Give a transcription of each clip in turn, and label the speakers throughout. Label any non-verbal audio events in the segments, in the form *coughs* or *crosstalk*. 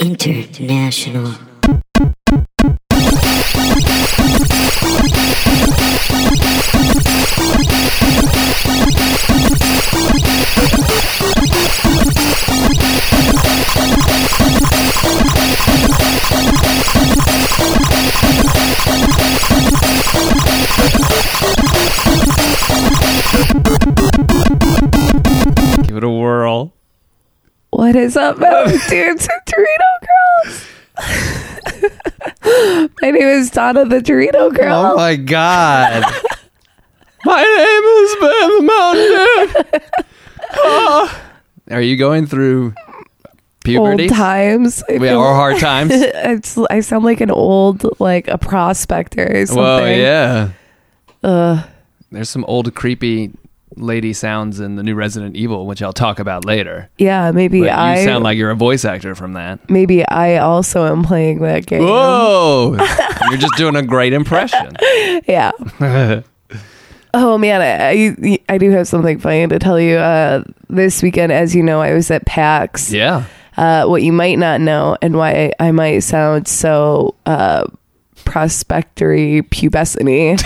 Speaker 1: International.
Speaker 2: Give it a whirl.
Speaker 3: What is
Speaker 2: *laughs*
Speaker 3: up, Mountain Dudes and Dorito Girls? *laughs* my name is Donna the Dorito Girl.
Speaker 2: Oh my god. *laughs* my name is Ben the Mountain Dew. Ah. Are you going through
Speaker 3: old
Speaker 2: puberty?
Speaker 3: times. I
Speaker 2: Yeah,
Speaker 3: feel-
Speaker 2: or
Speaker 3: *laughs*
Speaker 2: hard times?
Speaker 3: it's I sound like an old like a prospector or something.
Speaker 2: Whoa, yeah.
Speaker 3: Ugh.
Speaker 2: There's some old creepy lady sounds in the new Resident Evil, which I'll talk about later.
Speaker 3: yeah, maybe
Speaker 2: But
Speaker 3: I
Speaker 2: you sound like you're a voice actor from that.
Speaker 3: maybe I also am playing that game. *laughs*
Speaker 2: Whoa! you're just doing a great impression. *laughs*
Speaker 3: Yeah. oh man, I, I I do have something funny to tell you. Uh, this weekend, as you know, I was at PAX.
Speaker 2: Yeah.
Speaker 3: uh, what you might not know and why I might sound so uh, prospectory pubescent.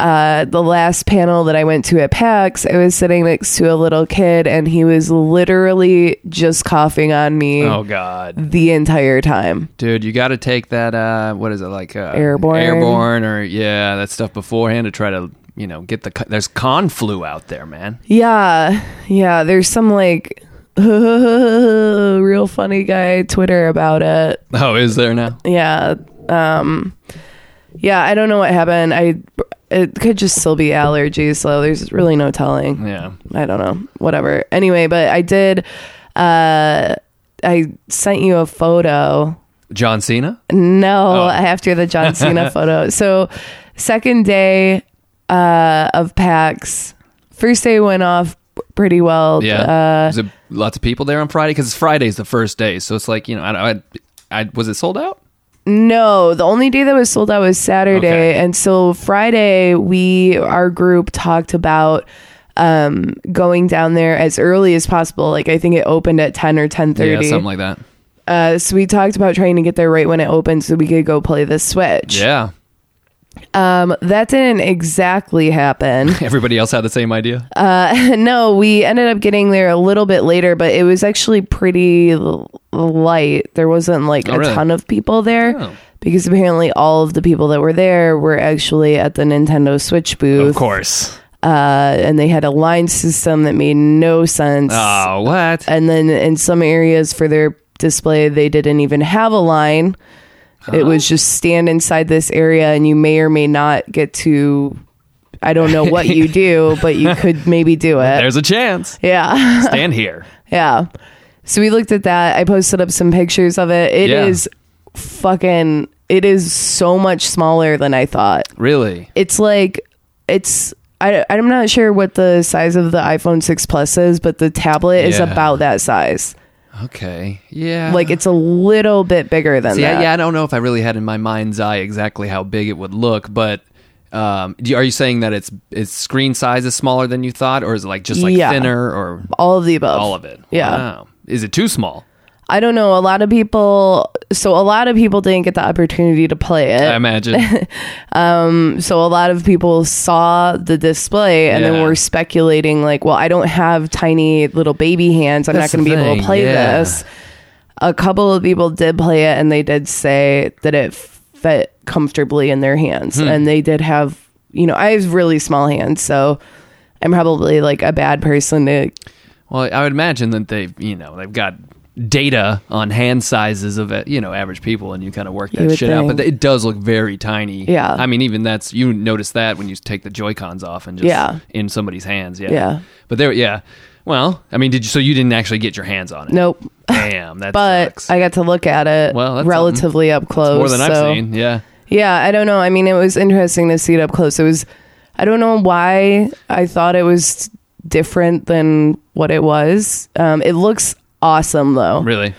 Speaker 3: uh, the last panel that I went to at PAX, I was sitting next to a little kid and he was literally just coughing on me
Speaker 2: Oh god.
Speaker 3: the entire time.
Speaker 2: Dude, you got to take that. Uh, what is it like? Uh,
Speaker 3: Airborne.
Speaker 2: airborne, or yeah, that stuff beforehand to try to you know get the. co- There's con flu out there, man.
Speaker 3: Yeah, yeah. There's some like *laughs* real funny guy Twitter about it.
Speaker 2: Oh, is there now?
Speaker 3: yeah um yeah i don't know what happened i it could just still be allergies so there's really no telling
Speaker 2: Yeah.
Speaker 3: i don't know whatever anyway but i did uh i sent you a photo
Speaker 2: John Cena.
Speaker 3: no after the john cena photo so second day uh of pax first day went off pretty well
Speaker 2: Yeah.
Speaker 3: uh
Speaker 2: Is it lots of people there on Friday? Because Friday's the first day, so it's like you know, I, I, I was it sold out?
Speaker 3: No, the only day that was sold out was Saturday,
Speaker 2: Okay.
Speaker 3: and so Friday we our group talked about um going down there as early as possible. Like I think it opened at ten or ten
Speaker 2: Yeah,
Speaker 3: thirty.
Speaker 2: something like that.
Speaker 3: uh, so we talked about trying to get there right when it opened, so we could go play the Switch.
Speaker 2: Yeah. *laughs*
Speaker 3: Um, that didn't exactly happen.
Speaker 2: Everybody else had the same idea.
Speaker 3: no, we ended up getting there a little bit later, but it was actually pretty l- light. There wasn't like
Speaker 2: Oh,
Speaker 3: a
Speaker 2: really?
Speaker 3: ton of people there
Speaker 2: Oh.
Speaker 3: because apparently all of the people that were there were actually at the Nintendo Switch booth.
Speaker 2: course.
Speaker 3: Uh, and they had a line system that made no sense.
Speaker 2: Oh, what?
Speaker 3: And then in some areas for their display, they didn't even have a line. It was just stand inside this area, and you may or may not get to. I don't know
Speaker 2: *laughs*
Speaker 3: what you do, but you could maybe do it.
Speaker 2: There's a
Speaker 3: *laughs*
Speaker 2: chance.
Speaker 3: Yeah.
Speaker 2: Stand here.
Speaker 3: Yeah. So we looked at that. I posted up some pictures of it. It
Speaker 2: Yeah.
Speaker 3: is fucking it is so much smaller than I thought.
Speaker 2: Really?
Speaker 3: It's like it's I, I'm not sure what the size of the iPhone 6 Plus is, but the tablet is
Speaker 2: Yeah.
Speaker 3: about that size.
Speaker 2: Okay. Yeah.
Speaker 3: Like it's a little bit bigger than
Speaker 2: Yeah,
Speaker 3: that.
Speaker 2: yeah. I don't know if I really had in my mind's eye exactly how big it would look, but um, do- are you saying that its its screen size is smaller than you thought, or is it like just like
Speaker 3: Yeah.
Speaker 2: thinner, or
Speaker 3: All of the above.
Speaker 2: all of it?
Speaker 3: Yeah.
Speaker 2: Wow. Is it too small?
Speaker 3: I don't know. A lot of people, so a lot of people didn't get the opportunity to play it.
Speaker 2: I imagine.
Speaker 3: so a lot of people saw the display and
Speaker 2: Yeah.
Speaker 3: then were speculating like well i don't have tiny little baby hands i'm
Speaker 2: That's
Speaker 3: not going
Speaker 2: the
Speaker 3: to be able
Speaker 2: thing,
Speaker 3: to play
Speaker 2: yeah.
Speaker 3: this a couple of people did play it and they did say that it fit comfortably in their hands
Speaker 2: Hmm.
Speaker 3: and they did have you know i have really small hands so i'm probably like a bad person to
Speaker 2: well, I would imagine that they, have you know, they've got data on hand sizes of uh, you know average people, and you kind of work that
Speaker 3: would
Speaker 2: shit out. But
Speaker 3: think.
Speaker 2: it does look very tiny.
Speaker 3: Yeah.
Speaker 2: I mean, even that's you notice that when you take the Joy Cons off and just
Speaker 3: Yeah.
Speaker 2: in somebody's hands. Yeah.
Speaker 3: Yeah.
Speaker 2: But there, yeah. Well, I mean, did you? So you didn't actually get your hands on it?
Speaker 3: nope
Speaker 2: Damn, that
Speaker 3: *laughs* but
Speaker 2: sucks.
Speaker 3: i got to look at it
Speaker 2: Well, that's
Speaker 3: relatively up close
Speaker 2: More than I've
Speaker 3: so-
Speaker 2: seen. Yeah.
Speaker 3: Yeah, I don't know. I mean, it was interesting to see it up close. It was, I don't know why I thought it was different than what it was. Um, it looks awesome though.
Speaker 2: Really.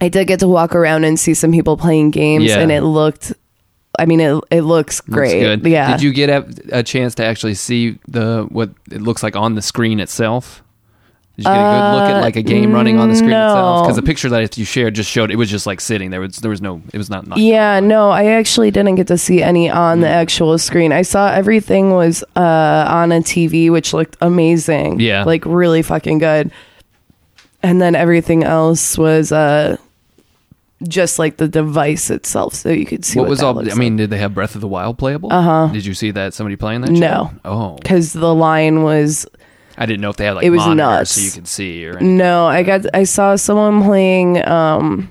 Speaker 3: I did get to walk around and see some people playing games,
Speaker 2: Yeah.
Speaker 3: and it looked. I mean, it it looks great.
Speaker 2: Looks good.
Speaker 3: Yeah.
Speaker 2: Did you get a, a chance to actually see the what it looks like on the screen itself? Did you get a good look at like a game running on the screen
Speaker 3: Uh, no.
Speaker 2: itself? Because the picture that you shared just showed it was just like sitting there. Was there was no it was not not
Speaker 3: Yeah, no, I actually didn't get to see any on
Speaker 2: Mm.
Speaker 3: the actual screen. I saw everything was uh, on a TV, which looked amazing.
Speaker 2: Yeah.
Speaker 3: Like really fucking good. And then everything else was uh, just like the device itself, so you could see what,
Speaker 2: what was
Speaker 3: that
Speaker 2: all?
Speaker 3: looks Uh-huh.
Speaker 2: I mean, did they have Breath of the Wild playable? Uh huh. Did you see that somebody playing that? shit?
Speaker 3: No.
Speaker 2: Oh,
Speaker 3: Because the line was
Speaker 2: I didn't know if they had like
Speaker 3: It was
Speaker 2: monitors
Speaker 3: nuts.
Speaker 2: so you could see or anything.
Speaker 3: No, I got I saw someone playing um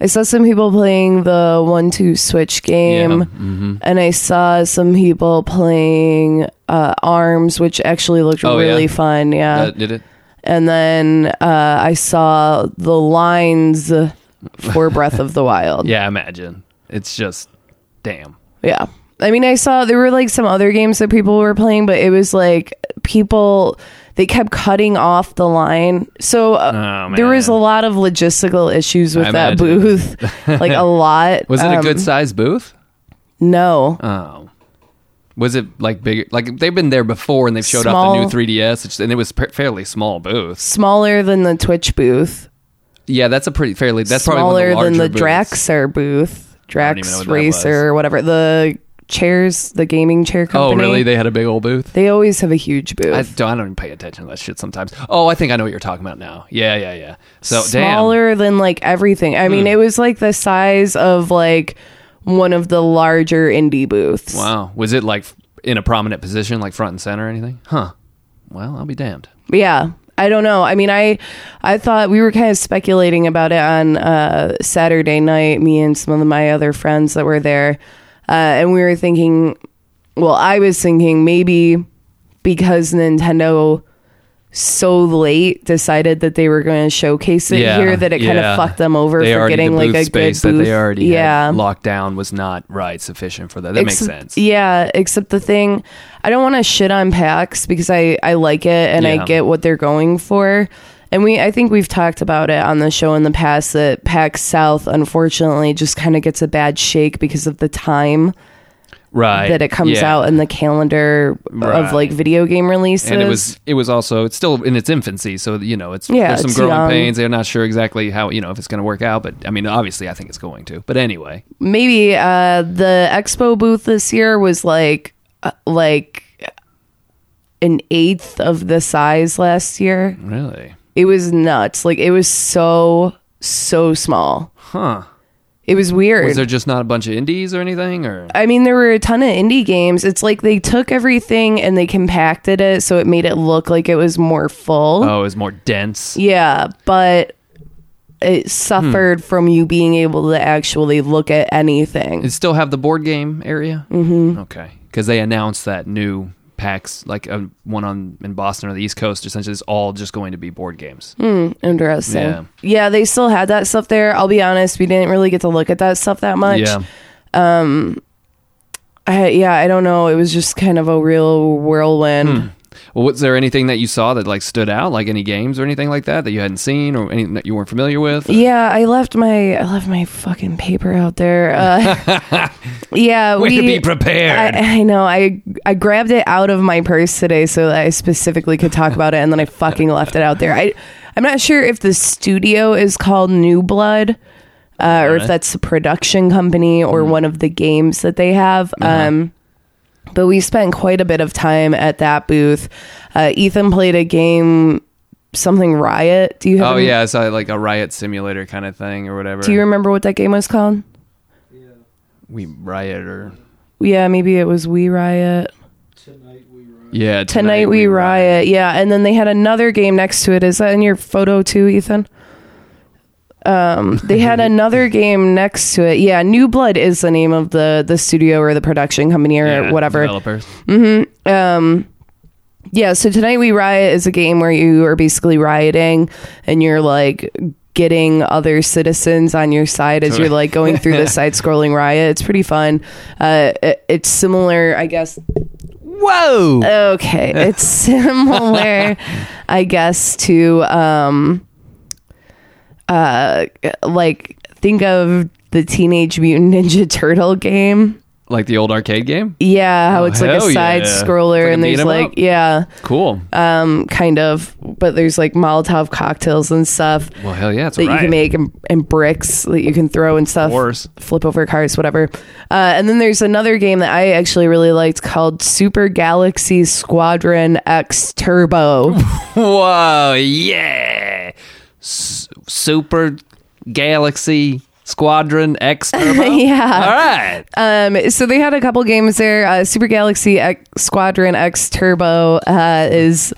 Speaker 3: I saw some people playing the one two switch game
Speaker 2: Yeah, mhm.
Speaker 3: and I saw some people playing uh arms which actually looked
Speaker 2: Oh, yeah?
Speaker 3: really fun, yeah.
Speaker 2: Uh, did it?
Speaker 3: and then uh I saw the lines for Breath of the Wild.
Speaker 2: Yeah, I imagine. It's just damn.
Speaker 3: Yeah. I mean, I saw there were like some other games that people were playing, but it was like people they kept cutting off the line. So uh,
Speaker 2: Oh,
Speaker 3: there was a
Speaker 2: man.
Speaker 3: lot of logistical issues with
Speaker 2: I
Speaker 3: that
Speaker 2: imagine. *laughs*
Speaker 3: booth, like a lot.
Speaker 2: Was it a
Speaker 3: Um,
Speaker 2: good sized booth?
Speaker 3: No.
Speaker 2: Oh. Was it like bigger? Like they've been there before and they've showed
Speaker 3: Small.
Speaker 2: off the new 3DS it's- and it was pa- fairly small booth.
Speaker 3: Smaller than the Twitch booth.
Speaker 2: Yeah, that's a pretty fairly. That's
Speaker 3: smaller
Speaker 2: probably one of
Speaker 3: than the
Speaker 2: larger booths.
Speaker 3: Draxer booth.
Speaker 2: don't even know
Speaker 3: Drax
Speaker 2: what that
Speaker 3: Racer, whatever. The chairs, the gaming chair
Speaker 2: Oh,
Speaker 3: company.
Speaker 2: really? They had a big old booth.
Speaker 3: They always have a huge
Speaker 2: I
Speaker 3: booth.
Speaker 2: don't, I don't even pay attention to that shit sometimes. Oh, I think I know what you're talking about now. Yeah, yeah, yeah. So damn. Hmm.
Speaker 3: smaller than like everything. I mean, it was like the size of like one of the larger indie booths.
Speaker 2: Wow. Was it like in a prominent position, like front and center or anything? Huh. Well, I'll be damned.
Speaker 3: Yeah. I don't know. I mean, I I thought we were kind of speculating about it on uh, Saturday night. Me and some of my other friends that were there, uh, and we were thinking. Well, I was thinking maybe because Nintendo so late decided that they were going to showcase it
Speaker 2: Yeah,
Speaker 3: here that it kind
Speaker 2: yeah.
Speaker 3: of fucked them over
Speaker 2: They
Speaker 3: for
Speaker 2: already- the
Speaker 3: getting like
Speaker 2: booth
Speaker 3: a
Speaker 2: space
Speaker 3: good booth.
Speaker 2: that they already
Speaker 3: yeah
Speaker 2: had locked down was not right sufficient for that. That makes
Speaker 3: Except-
Speaker 2: sense.
Speaker 3: Yeah, except the thing, I don't want to shit on PAX because I I like it and
Speaker 2: Yeah.
Speaker 3: I get what they're going for. And we I think we've talked about it on the show in the past that PAX South unfortunately just kind of gets a bad shake because of the time
Speaker 2: right.
Speaker 3: that it comes
Speaker 2: Yeah.
Speaker 3: out in the calendar
Speaker 2: Right.
Speaker 3: of like video game releases.
Speaker 2: and it was it was also it's still in its infancy so you know it's
Speaker 3: Yeah,
Speaker 2: there's some
Speaker 3: it's
Speaker 2: growing
Speaker 3: young.
Speaker 2: pains they're not sure exactly how you know if it's going to work out but i mean obviously i think it's going to but anyway
Speaker 3: maybe uh the expo booth this year was like uh, like an eighth of the size last year.
Speaker 2: really
Speaker 3: it was nuts. Like it was so so small.
Speaker 2: huh
Speaker 3: It was weird.
Speaker 2: is there just not a bunch of indies or anything or
Speaker 3: I mean, there were a ton of indie games. It's like they took everything and they compacted it, so it made it look like it was more full.
Speaker 2: oh it's more dense
Speaker 3: Yeah, but it suffered
Speaker 2: Hmm.
Speaker 3: from you being able to actually look at anything.
Speaker 2: it still have the board game area mm-hmm okay because they announced that new packs like uh, one on in boston or the east coast essentially is all just going to be board games
Speaker 3: Interesting.
Speaker 2: Yeah.
Speaker 3: Yeah. they still had that stuff there. I'll be honest, we didn't really get to look at that stuff that much.
Speaker 2: yeah
Speaker 3: I, yeah, I don't know. It was just kind of a real whirlwind.
Speaker 2: Hmm. Well, was there anything that you saw that like stood out, like any games or anything like that that you hadn't seen or anything that you weren't familiar with?
Speaker 3: Yeah, I left my I left my fucking paper out there. Uh,
Speaker 2: *laughs* *laughs*
Speaker 3: yeah,
Speaker 2: Way
Speaker 3: we.
Speaker 2: to be prepared.
Speaker 3: I, I know. I I grabbed it out of my purse today so that I specifically could talk about it, and then I fucking left it out there. I I'm not sure if the studio is called New Blood. Uh, or if
Speaker 2: Alright.
Speaker 3: that's the production company or
Speaker 2: Mm-hmm.
Speaker 3: one of the games that they have.
Speaker 2: Uh-huh.
Speaker 3: Um, but we spent quite a bit of time at that booth. Uh, Ethan played a game, something Riot. Do you have
Speaker 2: oh
Speaker 3: any-
Speaker 2: yeah, I saw like a riot simulator kind of thing or whatever.
Speaker 3: do you remember what that game was called?
Speaker 2: we riot or
Speaker 3: Yeah, maybe it was We Riot.
Speaker 2: yeah? Tonight,
Speaker 3: Tonight, We, Riot. Yeah, and then they had another game next to it. Is that in your photo too, Ethan? Um, they had another game next to it. Yeah, New Blood is the name of the the studio or the production company or
Speaker 2: Yeah,
Speaker 3: whatever.
Speaker 2: Developers.
Speaker 3: Yeah, so tonight we riot is a game where you are basically rioting and you're like getting other citizens on your side as you're like going through the side scrolling riot. It's pretty fun. Uh, it- it's similar, I guess.
Speaker 2: Whoa. *laughs*
Speaker 3: Okay, it's similar, I guess, to um, uh, like think of the Teenage Mutant Ninja Turtle game.
Speaker 2: Like the old arcade game?
Speaker 3: Yeah,
Speaker 2: Oh,
Speaker 3: how it's like a
Speaker 2: hell
Speaker 3: side
Speaker 2: yeah.
Speaker 3: scroller
Speaker 2: Like a
Speaker 3: and
Speaker 2: beat
Speaker 3: there's
Speaker 2: 'em
Speaker 3: like
Speaker 2: up?
Speaker 3: yeah,
Speaker 2: Cool.
Speaker 3: um kind of but there's like Molotov cocktails and stuff
Speaker 2: well, hell yeah, it's
Speaker 3: that
Speaker 2: a
Speaker 3: you can
Speaker 2: riot.
Speaker 3: make and, and bricks that you can throw and stuff.
Speaker 2: Of course.
Speaker 3: Flip over cars, whatever. Uh, and then there's another game that I actually really liked called Super Galaxy Squadron X Turbo.
Speaker 2: Whoa, yeah. S- Super Galaxy Squadron
Speaker 3: *laughs*
Speaker 2: X Turbo.
Speaker 3: yeah.
Speaker 2: All right.
Speaker 3: Um, so they had a couple games there. Uh, Super Galaxy X Squadron X Turbo uh, is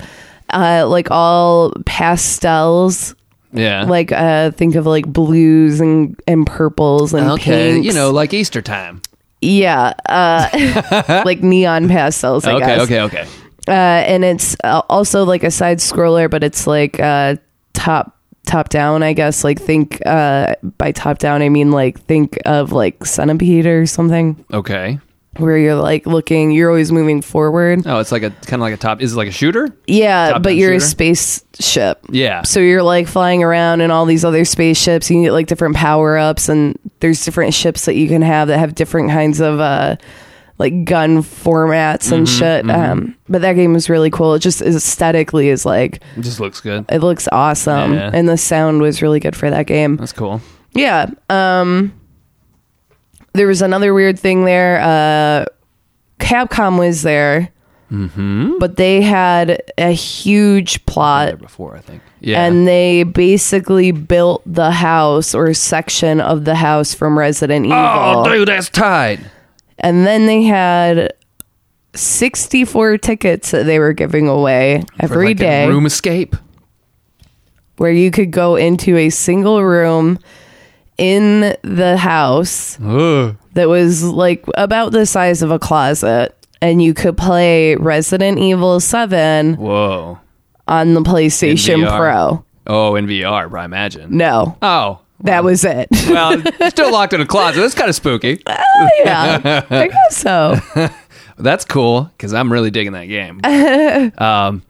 Speaker 3: uh, like all pastels.
Speaker 2: Yeah.
Speaker 3: Like uh, think of like blues and, and purples and
Speaker 2: okay,
Speaker 3: pinks.
Speaker 2: you know, like Easter time.
Speaker 3: yeah, uh,
Speaker 2: *laughs*
Speaker 3: like neon pastels. I
Speaker 2: okay,
Speaker 3: guess.
Speaker 2: okay, okay.
Speaker 3: Uh, and it's uh, also like a side scroller, but it's like uh, top top down. I guess like think uh, by top down I mean like think of like centipede or something
Speaker 2: Okay.
Speaker 3: where you're like looking. You're always moving forward.
Speaker 2: Oh, it's like a kind of like a top. Is it like a shooter?
Speaker 3: Yeah,
Speaker 2: Top-down
Speaker 3: but you're a
Speaker 2: shooter?
Speaker 3: spaceship.
Speaker 2: Yeah.
Speaker 3: So you're like flying around in all these other spaceships. You can get like different power ups, and there's different ships that you can have that have different kinds of uh, like gun formats and
Speaker 2: Mm-hmm,
Speaker 3: shit. Um, but that game is really cool. It just aesthetically is like
Speaker 2: It just looks good.
Speaker 3: it looks awesome,
Speaker 2: Yeah.
Speaker 3: and the sound was really good for that game.
Speaker 2: That's cool.
Speaker 3: Yeah. Um there was another weird thing there. Uh Capcom was there.
Speaker 2: Mm-hmm.
Speaker 3: But they had a huge plot
Speaker 2: There before, I think. Yeah.
Speaker 3: and they basically built the house or section of the house from Resident
Speaker 2: oh,
Speaker 3: Evil.
Speaker 2: dude, that's tight.
Speaker 3: And then they had 64 tickets that they were giving away
Speaker 2: For
Speaker 3: every
Speaker 2: like a
Speaker 3: day.
Speaker 2: room escape.
Speaker 3: where you could go into a single room in the house
Speaker 2: Ugh.
Speaker 3: that was like about the size of a closet and you could play Resident Evil 7
Speaker 2: Whoa.
Speaker 3: on the PlayStation
Speaker 2: VR.
Speaker 3: Pro.
Speaker 2: Oh, in VR, I imagine.
Speaker 3: No,
Speaker 2: Oh.
Speaker 3: that was it. *laughs*
Speaker 2: Well, still locked in a closet. That's kind of spooky.
Speaker 3: yeah. I guess so.
Speaker 2: That's cool because I'm really digging that
Speaker 3: *laughs*
Speaker 2: game. um,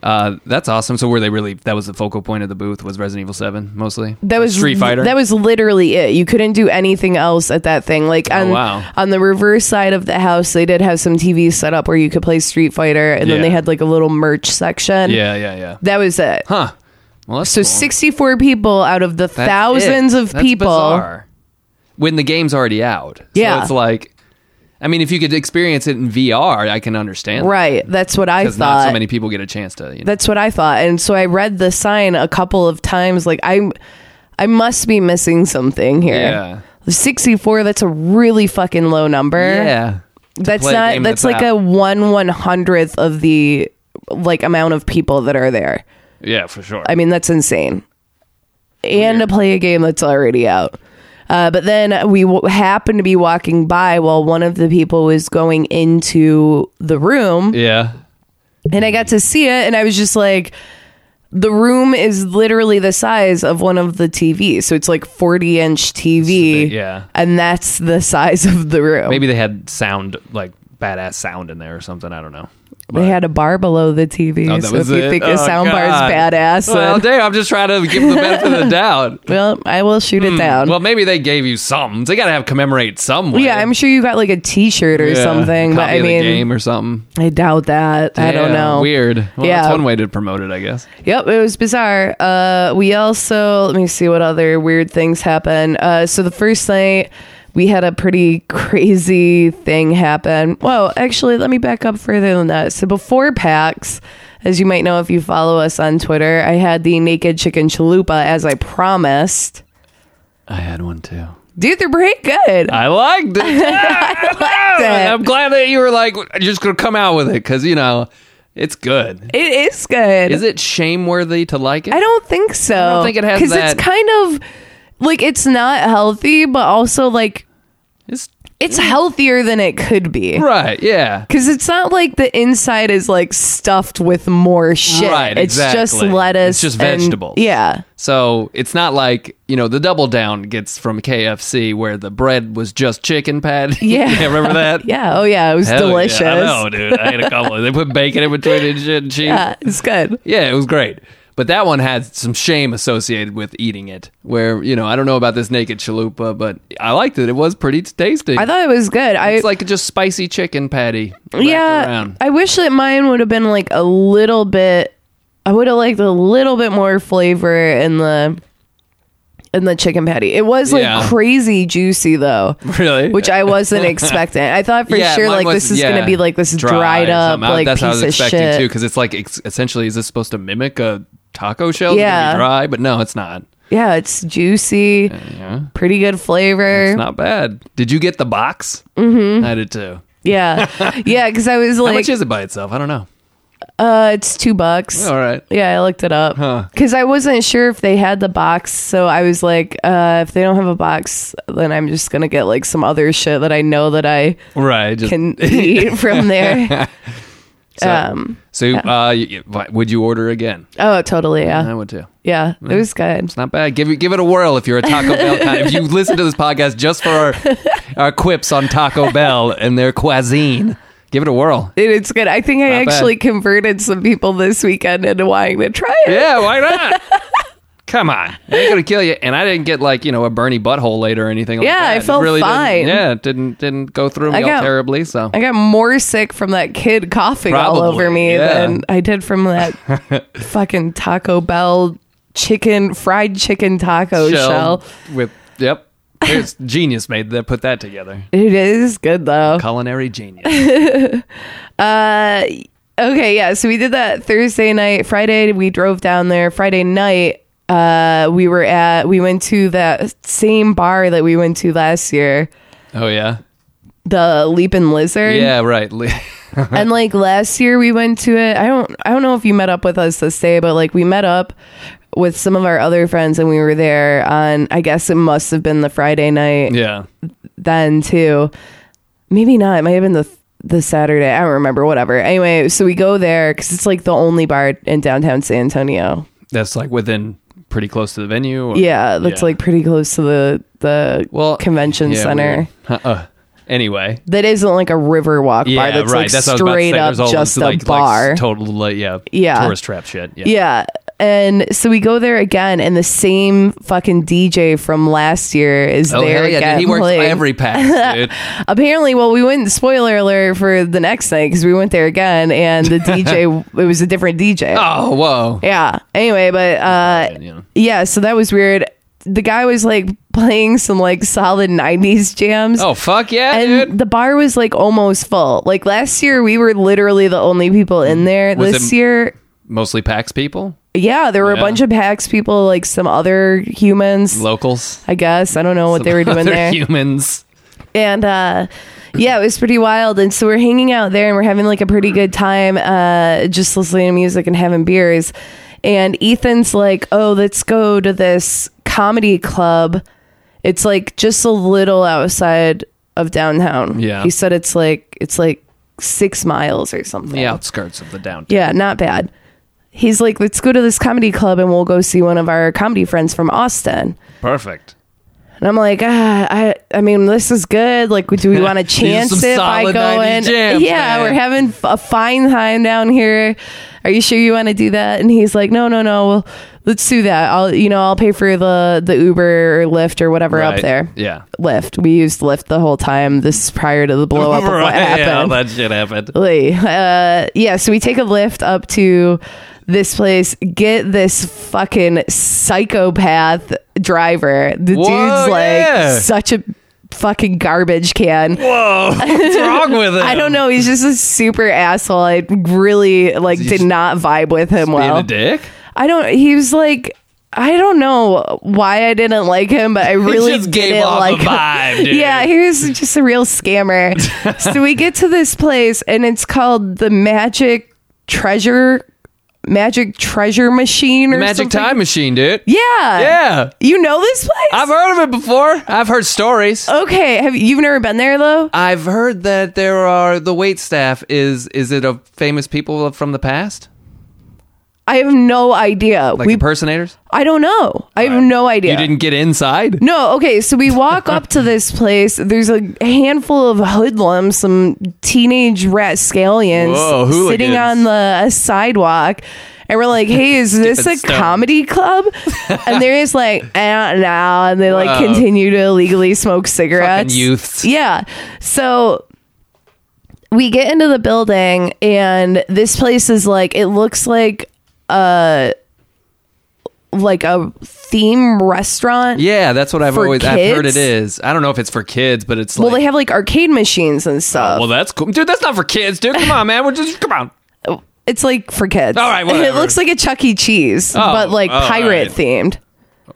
Speaker 2: uh, that's awesome. So were they really? That was the focal point of the booth was Resident Evil Seven mostly.
Speaker 3: That was
Speaker 2: Street Fighter.
Speaker 3: That was literally it. You couldn't do anything else at that thing. Like on
Speaker 2: Oh, wow.
Speaker 3: on the reverse side of the house, they did have some TVs set up where you could play Street Fighter, and then
Speaker 2: Yeah.
Speaker 3: they had like a little merch section.
Speaker 2: yeah, yeah, yeah.
Speaker 3: That was it.
Speaker 2: Huh. Well, that's
Speaker 3: So
Speaker 2: cool.
Speaker 3: 64 people out of the
Speaker 2: That's
Speaker 3: thousands
Speaker 2: it.
Speaker 3: of
Speaker 2: That's
Speaker 3: people.
Speaker 2: bizarre. when the game's already out. So
Speaker 3: Yeah.
Speaker 2: it's like, I mean, if you could experience it in VR, I can understand. that,
Speaker 3: Right. That's what I
Speaker 2: 'cause not so
Speaker 3: thought.
Speaker 2: many people get a chance to. You know.
Speaker 3: That's what I thought. And so I read the sign a couple of times like I'm I must be missing something here.
Speaker 2: Yeah.
Speaker 3: 64 that's a really fucking low number.
Speaker 2: yeah. to
Speaker 3: that's
Speaker 2: play a
Speaker 3: not
Speaker 2: game
Speaker 3: that's, like
Speaker 2: out.
Speaker 3: a one one hundredth of the like amount of people that are there
Speaker 2: yeah for sure.
Speaker 3: i mean that's insane
Speaker 2: Oh,
Speaker 3: and to play a game that's already out uh, but then we w- happened to be walking by while one of the people was going into the room
Speaker 2: yeah.
Speaker 3: and i got to see it and i was just like the room is literally the size of one of the tvs so it's like 40 inch tv
Speaker 2: Yeah.
Speaker 3: and that's the size of the room
Speaker 2: Maybe they had sound like badass sound in there or something. I don't know.
Speaker 3: They had a bar below the TV.
Speaker 2: Oh, that
Speaker 3: so if
Speaker 2: was
Speaker 3: you
Speaker 2: it?
Speaker 3: think a
Speaker 2: Oh,
Speaker 3: sound bar
Speaker 2: God.
Speaker 3: is badass,
Speaker 2: Well,
Speaker 3: then,
Speaker 2: damn, I'm just trying to give them the benefit
Speaker 3: *laughs*
Speaker 2: of the doubt.
Speaker 3: well, I will shoot it down.
Speaker 2: Hmm, Well, maybe they gave you something. They got to have commemorate some way.
Speaker 3: yeah, I'm sure you got like a T-shirt or
Speaker 2: Yeah,
Speaker 3: something, but
Speaker 2: copy
Speaker 3: I
Speaker 2: of the
Speaker 3: mean,
Speaker 2: game or something.
Speaker 3: I doubt that. I don't
Speaker 2: Yeah,
Speaker 3: know.
Speaker 2: Weird. Well,
Speaker 3: Yeah.
Speaker 2: that's one way to promote it, I guess.
Speaker 3: Yep, it was bizarre. Uh, we also let me see what other weird things happen. Uh, so the first night we had a pretty *laughs* crazy thing happen. Well, actually, let me back up further than that. So before PAX, as you might know if you follow us on Twitter, I had the naked chicken chalupa as I promised.
Speaker 2: I had one too.
Speaker 3: Dude, they're pretty good.
Speaker 2: I liked it.
Speaker 3: *laughs*
Speaker 2: I'm glad Oh, that you were like just gonna come out with it because you know it's good.
Speaker 3: it is good.
Speaker 2: Is it shameworthy to like it?
Speaker 3: I don't think so. I
Speaker 2: don't think it has
Speaker 3: because
Speaker 2: that-
Speaker 3: it's kind of like it's not healthy, but also like
Speaker 2: It's
Speaker 3: it's healthier than it could be.
Speaker 2: right. Yeah.
Speaker 3: Because it's not like the inside is like stuffed with more shit.
Speaker 2: Right,
Speaker 3: it's just
Speaker 2: exactly.
Speaker 3: lettuce.
Speaker 2: It's just
Speaker 3: and-
Speaker 2: vegetables.
Speaker 3: yeah.
Speaker 2: So it's not like you know the double down gets from KFC where the bread was just chicken patty. *laughs*
Speaker 3: Yeah.
Speaker 2: You remember
Speaker 3: *laughs*
Speaker 2: that?
Speaker 3: Yeah. Oh, yeah. It was
Speaker 2: Uh, Hell yeah.
Speaker 3: delicious.
Speaker 2: I know, dude. I ate a couple. they put bacon in between and shit and cheese.
Speaker 3: Yeah, it's good.
Speaker 2: Yeah, it was great. But that one had some shame associated with eating it. Where you know, I don't know about this naked chalupa, but I liked it. It was pretty tasty.
Speaker 3: I thought it was good. I
Speaker 2: it's like just spicy chicken patty. wrapped
Speaker 3: yeah,
Speaker 2: around.
Speaker 3: *laughs* I wish that mine would have been like a little bit. I would have liked a little bit more flavor in the in the chicken patty. It was like
Speaker 2: Yeah.
Speaker 3: crazy juicy though.
Speaker 2: really.
Speaker 3: Which
Speaker 2: *laughs*
Speaker 3: I wasn't expecting. I thought for
Speaker 2: Yeah,
Speaker 3: sure,
Speaker 2: mine
Speaker 3: like
Speaker 2: was-
Speaker 3: this is
Speaker 2: yeah,
Speaker 3: gonna be like this
Speaker 2: dry
Speaker 3: dried
Speaker 2: or
Speaker 3: up,
Speaker 2: something. I-
Speaker 3: like
Speaker 2: that's
Speaker 3: piece
Speaker 2: what I was
Speaker 3: of
Speaker 2: expecting
Speaker 3: shit.
Speaker 2: too, because it's like ex- essentially, is this supposed to mimic a taco shell? It's gonna be
Speaker 3: Yeah.
Speaker 2: dry, but no, it's not.
Speaker 3: Yeah, it's juicy,
Speaker 2: Yeah.
Speaker 3: pretty good flavor.
Speaker 2: It's not bad. Did you get the box? Mm-hmm. I did too. *laughs*
Speaker 3: yeah, yeah, because I was
Speaker 2: How
Speaker 3: like,
Speaker 2: much is it by itself? I don't know.
Speaker 3: uh, it's two bucks.
Speaker 2: All right.
Speaker 3: Yeah, I looked it up
Speaker 2: Huh.
Speaker 3: because I wasn't sure if they had the box. So I was like, uh, if they don't have a box, then I'm just gonna get like some other shit that I know that I
Speaker 2: Right. Just, *laughs*
Speaker 3: can eat from there.
Speaker 2: so,
Speaker 3: Um,
Speaker 2: so uh, y- y- would you order again?
Speaker 3: oh, totally.
Speaker 2: I
Speaker 3: Yeah,
Speaker 2: would too.
Speaker 3: yeah, it was good.
Speaker 2: It's not bad. Give it- give it a whirl if you're a Taco Bell kind.
Speaker 3: *laughs*
Speaker 2: If you listen to this podcast just for our, our quips on Taco Bell and their cuisine, give it a whirl.
Speaker 3: It- It's good. I think I
Speaker 2: Not bad.
Speaker 3: actually converted some people this weekend into wanting to try it.
Speaker 2: Yeah, why not? Come on, it ain't gonna kill you. And I didn't get like you know a Bernie butthole later or anything. like
Speaker 3: Yeah,
Speaker 2: that.
Speaker 3: I
Speaker 2: It
Speaker 3: felt
Speaker 2: didn't-
Speaker 3: fine.
Speaker 2: yeah, it didn't didn't go through me
Speaker 3: I
Speaker 2: all
Speaker 3: got-
Speaker 2: terribly. So
Speaker 3: I got more sick from that kid coughing all
Speaker 2: Probably,
Speaker 3: over me
Speaker 2: yeah.
Speaker 3: than I did from that
Speaker 2: *laughs*
Speaker 3: fucking Taco Bell chicken fried chicken taco shell.
Speaker 2: with yep, There's genius made that put that
Speaker 3: *laughs*
Speaker 2: together.
Speaker 3: It is good though.
Speaker 2: Culinary genius.
Speaker 3: Uh okay, yeah, so we did that Thursday night. Friday we drove down there. Friday night uh we were at we went to that same bar that we went to last year,
Speaker 2: Oh yeah,
Speaker 3: the Leapin' Lizard.
Speaker 2: yeah right. *laughs* Li-
Speaker 3: and like last year we went to it i don't i don't know if you met up with us this day but like we met up with some of our other friends and we were there on i guess it must have been the friday night
Speaker 2: Yeah,
Speaker 3: then too maybe not it might have been the the saturday i don't remember whatever anyway so we go there because it's like the only bar in downtown san antonio
Speaker 2: that's like within pretty close to the venue. Or,
Speaker 3: yeah that's
Speaker 2: Yeah.
Speaker 3: like pretty close to the the
Speaker 2: well
Speaker 3: convention
Speaker 2: yeah,
Speaker 3: center
Speaker 2: weird. Huh, *laughs* uh, anyway,
Speaker 3: that isn't like a river walk bar
Speaker 2: yeah
Speaker 3: that's
Speaker 2: right.
Speaker 3: like
Speaker 2: that's what I was about to
Speaker 3: straight
Speaker 2: say.
Speaker 3: up
Speaker 2: There's all
Speaker 3: just
Speaker 2: this,
Speaker 3: a
Speaker 2: like,
Speaker 3: bar
Speaker 2: Like, total like, yeah
Speaker 3: Yeah.
Speaker 2: tourist trap shit. Yeah.
Speaker 3: Yeah. And so we go there again, and the same fucking DJ from last year is
Speaker 2: Oh,
Speaker 3: there
Speaker 2: hell yeah,
Speaker 3: again.
Speaker 2: dude, he works
Speaker 3: playing. *laughs*
Speaker 2: every pass, dude.
Speaker 3: Apparently, well, we went. Spoiler alert for the next night because we went there again,
Speaker 2: *laughs*
Speaker 3: and the DJ it was a different DJ.
Speaker 2: oh, whoa.
Speaker 3: Yeah. Anyway, but uh,
Speaker 2: Yeah.
Speaker 3: yeah, so that was weird. The guy was like playing some like solid '90s jams.
Speaker 2: Oh, fuck yeah,
Speaker 3: And
Speaker 2: dude.
Speaker 3: the bar was like almost full. Like last year, we were literally the only people in there.
Speaker 2: Mm. Was
Speaker 3: this
Speaker 2: it-
Speaker 3: year,
Speaker 2: Mostly PAX people,
Speaker 3: yeah, there were
Speaker 2: Yeah.
Speaker 3: a bunch of PAX people, like some other humans.
Speaker 2: locals.
Speaker 3: I guess I don't know what they were
Speaker 2: *laughs*
Speaker 3: doing
Speaker 2: Other
Speaker 3: there,
Speaker 2: humans.
Speaker 3: and uh, yeah, it was pretty wild. And so we're hanging out there, and we're having like a pretty good time, uh, just listening to music and having beers. And Ethan's like, "Oh, let's go to this comedy club. It's like just a little outside of downtown."
Speaker 2: Yeah.
Speaker 3: he said it's like it's like six miles or something.
Speaker 2: The outskirts of the downtown.
Speaker 3: Yeah, not bad. He's like, let's go to this comedy club and we'll go see one of our comedy friends from Austin.
Speaker 2: Perfect.
Speaker 3: And I'm like, ah, I, I mean, this is good.
Speaker 2: *laughs*
Speaker 3: Like, do we want to
Speaker 2: are
Speaker 3: chance
Speaker 2: some
Speaker 3: it by
Speaker 2: solid 90
Speaker 3: going?
Speaker 2: jams,
Speaker 3: yeah,
Speaker 2: man.
Speaker 3: we're having f- a fine time down here. Are you sure you want to do that? And he's like, no, no, no. Well, let's do that. I'll, you know, I'll pay for the the Uber or Lyft or whatever up
Speaker 2: Right.
Speaker 3: there.
Speaker 2: Yeah.
Speaker 3: Lyft. We used Lyft the whole time. This is prior to the blow up of what
Speaker 2: *laughs* Right, yeah, all
Speaker 3: happened.
Speaker 2: that shit
Speaker 3: *laughs*
Speaker 2: happened.
Speaker 3: Lee. Uh, yeah, so we take a lift up to this place, get this fucking psychopath driver. The
Speaker 2: Whoa,
Speaker 3: dude's like
Speaker 2: yeah.
Speaker 3: such a fucking garbage can.
Speaker 2: Whoa. Oh, What's wrong with it?
Speaker 3: I don't know. He's just a super asshole. I really like
Speaker 2: He's
Speaker 3: did not vibe with him
Speaker 2: Being
Speaker 3: well.
Speaker 2: a dick?
Speaker 3: I don't. He was like, I don't know why I didn't like him, but I really
Speaker 2: just gave
Speaker 3: didn't
Speaker 2: off a *laughs*
Speaker 3: like him.
Speaker 2: vibe, dude.
Speaker 3: Yeah, he
Speaker 2: *laughs*
Speaker 3: was just a real scammer. so we get to this place, and it's called the Magic Treasure, Magic Treasure Machine, or
Speaker 2: Magic
Speaker 3: something.
Speaker 2: time machine, dude.
Speaker 3: Yeah,
Speaker 2: Yeah.
Speaker 3: You know this place?
Speaker 2: I've heard of it before. I've heard stories.
Speaker 3: okay, have you- you've never been there though?
Speaker 2: I've heard that there are the wait staff is is it of famous people from the past?
Speaker 3: I have no idea.
Speaker 2: Like
Speaker 3: we,
Speaker 2: impersonators?
Speaker 3: I don't know. I have no idea.
Speaker 2: You didn't get inside?
Speaker 3: No, okay. So we walk up to this place. There's a handful of hoodlums, some teenage rascallions
Speaker 2: Whoa, hooligans.
Speaker 3: sitting on the sidewalk. and we're like,
Speaker 2: *laughs*
Speaker 3: "Hey, is this
Speaker 2: Skip
Speaker 3: a
Speaker 2: and stone.
Speaker 3: comedy club?" And they're
Speaker 2: *laughs*
Speaker 3: just like, "I don't know," and they like
Speaker 2: Whoa.
Speaker 3: continue to illegally smoke cigarettes.
Speaker 2: youths.
Speaker 3: yeah. So we get into the building, and this place is like it looks like a like a theme restaurant.
Speaker 2: Yeah, that's what I've
Speaker 3: For
Speaker 2: always I've heard it
Speaker 3: kids?
Speaker 2: is. I don't know if it's for kids, but it's
Speaker 3: Well,
Speaker 2: like Oh,
Speaker 3: they have like arcade machines and stuff.
Speaker 2: well, that's cool, dude. That's not for kids, dude. Come on, man. We're just come on.
Speaker 3: It's like for kids.
Speaker 2: All right, whatever. Oh,
Speaker 3: It looks like a Chuck E. Cheese, but like
Speaker 2: all right.
Speaker 3: pirate themed.
Speaker 2: *laughs*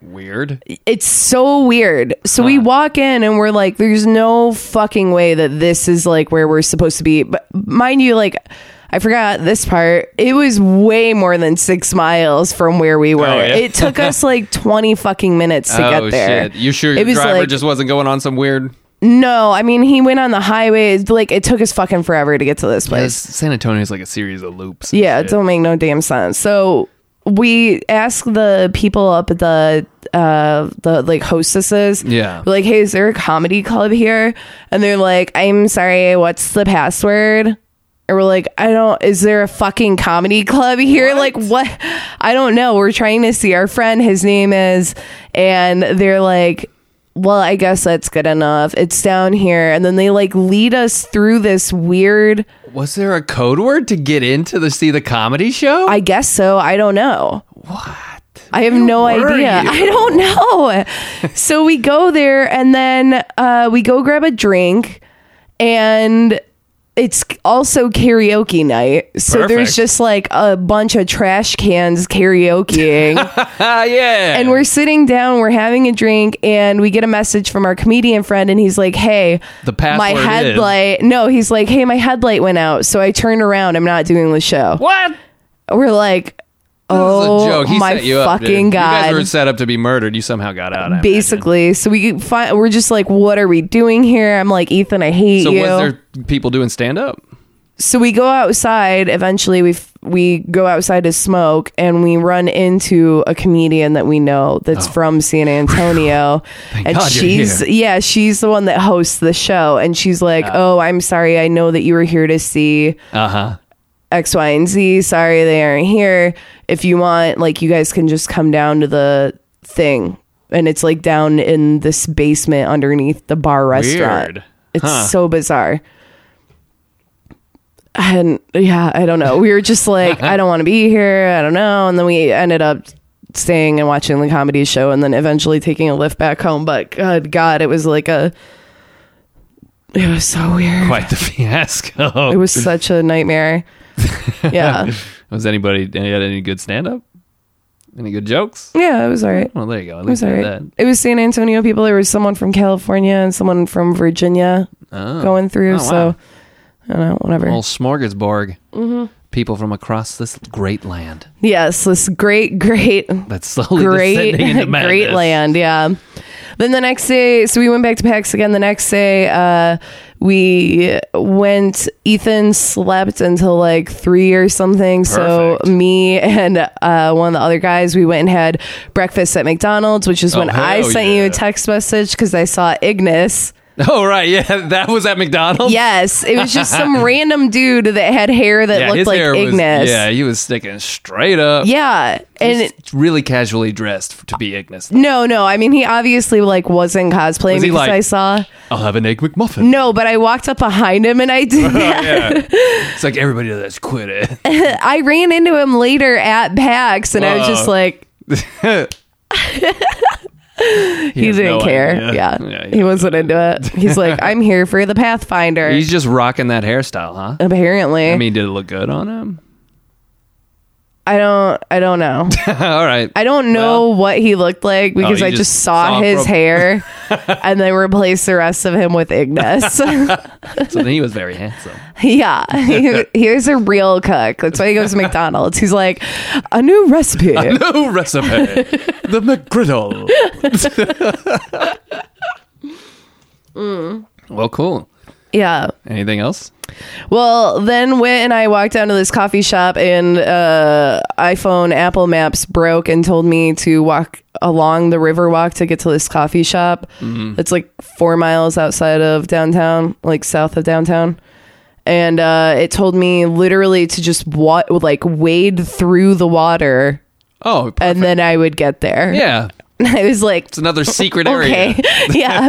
Speaker 2: Weird.
Speaker 3: It's so weird. So we walk in and we're like, there's no fucking way that this is like where we're supposed to be. But mind you, like, I forgot this part. It was way more than six miles from where we were.
Speaker 2: Oh, yeah.
Speaker 3: It
Speaker 2: *laughs*
Speaker 3: took us like 20 fucking minutes to
Speaker 2: oh
Speaker 3: get there.
Speaker 2: shit! You sure
Speaker 3: It
Speaker 2: your
Speaker 3: was
Speaker 2: driver
Speaker 3: like-
Speaker 2: just wasn't going on some weird? uh,
Speaker 3: No, I mean, he went on the highway. It's Like, it took us fucking forever to get to this place.
Speaker 2: San Antonio's like a series of loops.
Speaker 3: Yeah, it don't make no damn sense. So we ask the people up at the uh the like hostesses.
Speaker 2: Yeah.
Speaker 3: We're like, hey, is there a comedy club here? And they're like, I'm sorry, what's the password? And we're like, I don't is there a fucking comedy club here? Like what I don't know. We're trying to see our friend, his name is and they're like well, I guess that's good enough. It's down here. And then they like lead us through this weird,
Speaker 2: Was there a code word to get into the see the comedy show?
Speaker 3: I guess so. I don't know.
Speaker 2: what?
Speaker 3: I have no
Speaker 2: were
Speaker 3: idea.
Speaker 2: you?
Speaker 3: *laughs* I don't
Speaker 2: *laughs*
Speaker 3: know. so we go there and then uh, we go grab a drink and it's also karaoke night. So
Speaker 2: Perfect.
Speaker 3: there's just like a bunch of trash
Speaker 2: *laughs*
Speaker 3: cans karaokeing.
Speaker 2: *laughs* Ah, yeah.
Speaker 3: and we're sitting down, we're having a drink, and we get a message from our comedian friend and he's like, Hey,
Speaker 2: The
Speaker 3: my
Speaker 2: password is-
Speaker 3: headlight. No, he's like, Hey, my headlight went out. So I turned around. I'm not doing the show.
Speaker 2: what?
Speaker 3: We're like,
Speaker 2: This
Speaker 3: Oh,
Speaker 2: is a joke. He
Speaker 3: my
Speaker 2: set you up, dude.
Speaker 3: fucking
Speaker 2: You
Speaker 3: God.
Speaker 2: guys were set up to be murdered. You somehow got out. I imagine.
Speaker 3: basically so we find we're just like what are we doing here i'm like ethan i hate
Speaker 2: So
Speaker 3: you
Speaker 2: was there people doing stand up?
Speaker 3: so we go outside eventually we f- we go outside to smoke and we run into a comedian that we know that's from san antonio and
Speaker 2: Oh. God you're
Speaker 3: she's
Speaker 2: here.
Speaker 3: yeah she's the one that hosts the show and she's like oh i'm sorry i know that you were here to see
Speaker 2: Uh
Speaker 3: Uh-huh.
Speaker 2: huh.
Speaker 3: X, Y, and Z. Sorry they aren't here. If you want, like, you guys can just come down to the thing. And it's like down in this basement underneath the bar restaurant.
Speaker 2: Weird.
Speaker 3: It's
Speaker 2: Huh.
Speaker 3: so bizarre. And yeah, I don't know. We were just
Speaker 2: *laughs*
Speaker 3: like, I don't want to be here. I don't know. And then we ended up staying and watching the comedy show and then eventually taking a lift back home. But God, God, it was like a. It was so weird.
Speaker 2: Quite the *laughs* fiasco.
Speaker 3: It was such
Speaker 2: *laughs*
Speaker 3: a nightmare. Yeah.
Speaker 2: Was anybody any, had any good stand up? Any good jokes?
Speaker 3: Yeah, it was all right.
Speaker 2: Well, there you go. At
Speaker 3: It
Speaker 2: least
Speaker 3: was all
Speaker 2: you had
Speaker 3: right.
Speaker 2: that.
Speaker 3: It was San Antonio people. There was someone from California and someone from Virginia
Speaker 2: Oh.
Speaker 3: going
Speaker 2: Oh,
Speaker 3: through.
Speaker 2: wow.
Speaker 3: So, I don't know, whatever.
Speaker 2: Old smorgasbord.
Speaker 3: Mm-hmm.
Speaker 2: People from across this great land
Speaker 3: yes, this great, *laughs* great,
Speaker 2: that's slowly
Speaker 3: *laughs* great,
Speaker 2: descending into madness.
Speaker 3: great land. Yeah. Then the next day, so we went back to PAX again. The next day, uh, we went. Ethan slept until like three or something.
Speaker 2: Perfect.
Speaker 3: So me *laughs* and uh, one of the other guys, we went and had breakfast at McDonald's, which is
Speaker 2: Oh,
Speaker 3: when I
Speaker 2: hell
Speaker 3: sent you
Speaker 2: yeah.
Speaker 3: a text message because I saw Ignis.
Speaker 2: *laughs* Oh right, yeah, that was at McDonald's.
Speaker 3: Yes, it was just
Speaker 2: *laughs*
Speaker 3: some random dude that had hair that
Speaker 2: Yeah,
Speaker 3: looked
Speaker 2: his
Speaker 3: like
Speaker 2: hair was-
Speaker 3: Ignis.
Speaker 2: yeah, he was sticking straight up.
Speaker 3: yeah, and
Speaker 2: He's really casually dressed to be Ignis.
Speaker 3: no, no, I mean he obviously like wasn't cosplaying
Speaker 2: Was he
Speaker 3: because
Speaker 2: like-
Speaker 3: I saw
Speaker 2: I'll have an egg McMuffin.
Speaker 3: no, but I walked up behind him and I
Speaker 2: Uh-huh.
Speaker 3: did that.
Speaker 2: Yeah.
Speaker 3: *laughs*
Speaker 2: it's like everybody that's quit it.
Speaker 3: I ran into him later at PAX and I was
Speaker 2: Whoa.
Speaker 3: just like he,
Speaker 2: has
Speaker 3: didn't
Speaker 2: no
Speaker 3: care.
Speaker 2: idea.
Speaker 3: Yeah,
Speaker 2: Yeah,
Speaker 3: he
Speaker 2: yeah.
Speaker 3: wasn't into it. He's like
Speaker 2: *laughs*
Speaker 3: I'm here for the
Speaker 2: *laughs*
Speaker 3: Pathfinder.
Speaker 2: He's just rocking that hairstyle, huh?
Speaker 3: Apparently,
Speaker 2: I mean, did it look good on him? *laughs*
Speaker 3: I don't, I don't know.
Speaker 2: All right. *laughs*
Speaker 3: I don't know what he looked like because
Speaker 2: you
Speaker 3: I
Speaker 2: just
Speaker 3: just saw,
Speaker 2: saw
Speaker 3: his
Speaker 2: prob- *laughs*
Speaker 3: hair and then replaced the rest of him with Ignis. *laughs*
Speaker 2: So then he was very handsome. *laughs*
Speaker 3: yeah, he, he was a real cook. That's why
Speaker 2: *laughs*
Speaker 3: he goes to McDonald's. He's like, a new recipe.
Speaker 2: No recipe.
Speaker 3: *laughs*
Speaker 2: the McGriddle.
Speaker 3: Mm.
Speaker 2: Well, cool.
Speaker 3: Yeah.
Speaker 2: Anything else?
Speaker 3: Well, then Whit and I walked down to this coffee shop, and uh, iPhone Apple Maps broke and told me to walk along the Riverwalk to get to this coffee
Speaker 2: Mm-hmm.
Speaker 3: shop. It's like four miles outside of downtown, like south of downtown. and uh, it told me literally to just wa- like wade through the water,
Speaker 2: Oh, perfect.
Speaker 3: and then I would get there.
Speaker 2: yeah,
Speaker 3: And *laughs* I was like,
Speaker 2: it's another secret area
Speaker 3: *laughs* okay, yeah,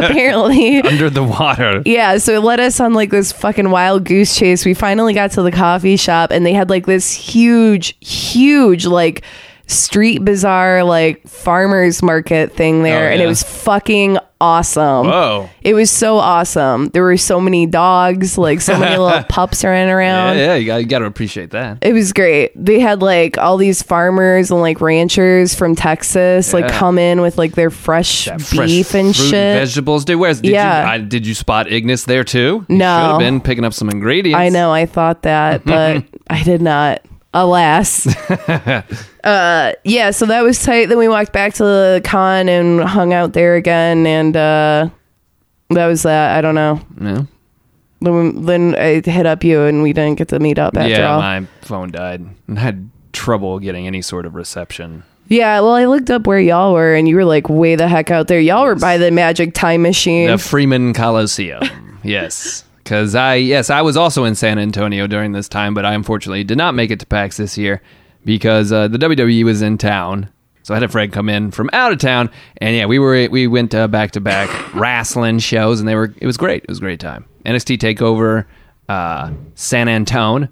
Speaker 2: *laughs*
Speaker 3: apparently.
Speaker 2: under the water.
Speaker 3: Yeah, so it led us on like this fucking wild goose chase. We finally got to the coffee shop and they had like this huge, huge like street bazaar like farmers market thing there
Speaker 2: Oh,
Speaker 3: and it
Speaker 2: yeah.
Speaker 3: was fucking awesome.
Speaker 2: Whoa.
Speaker 3: It was so awesome. There were so many dogs, like so many little
Speaker 2: *laughs*
Speaker 3: pups running
Speaker 2: Yeah,
Speaker 3: around.
Speaker 2: yeah, you got you got to appreciate that.
Speaker 3: It was great. They had like all these farmers and like ranchers from Texas like
Speaker 2: Yeah.
Speaker 3: come in with like their fresh
Speaker 2: That fresh
Speaker 3: beef and
Speaker 2: fruit
Speaker 3: shit.
Speaker 2: vegetables. Dude, where's did
Speaker 3: Yeah.
Speaker 2: you I, did you spot Ignis there too? You
Speaker 3: No.
Speaker 2: should have been picking up some ingredients.
Speaker 3: I know. I thought
Speaker 2: *laughs*
Speaker 3: that, but I did not. Alas. uh, yeah. So that was tight. Then we walked back to the con and hung out there again, and uh, that was that. I don't know.
Speaker 2: Yeah,
Speaker 3: Then, then I hit up you, and we didn't get to meet up after
Speaker 2: yeah
Speaker 3: all.
Speaker 2: my phone died and I had trouble getting any sort of reception.
Speaker 3: Yeah. Well, I looked up where y'all were, and you were like way the heck out there. Y'all were by the magic time machine.
Speaker 2: The Freeman Coliseum. *laughs* yes. Cause I yes, I was also in San Antonio during this time, but I unfortunately did not make it to PAX this year because uh, the WWE was in town. So I had a friend come in from out of town, and yeah, we were we went back to back *coughs* wrestling shows, and they were it was great. It was a great time. NXT Takeover, uh, San Antone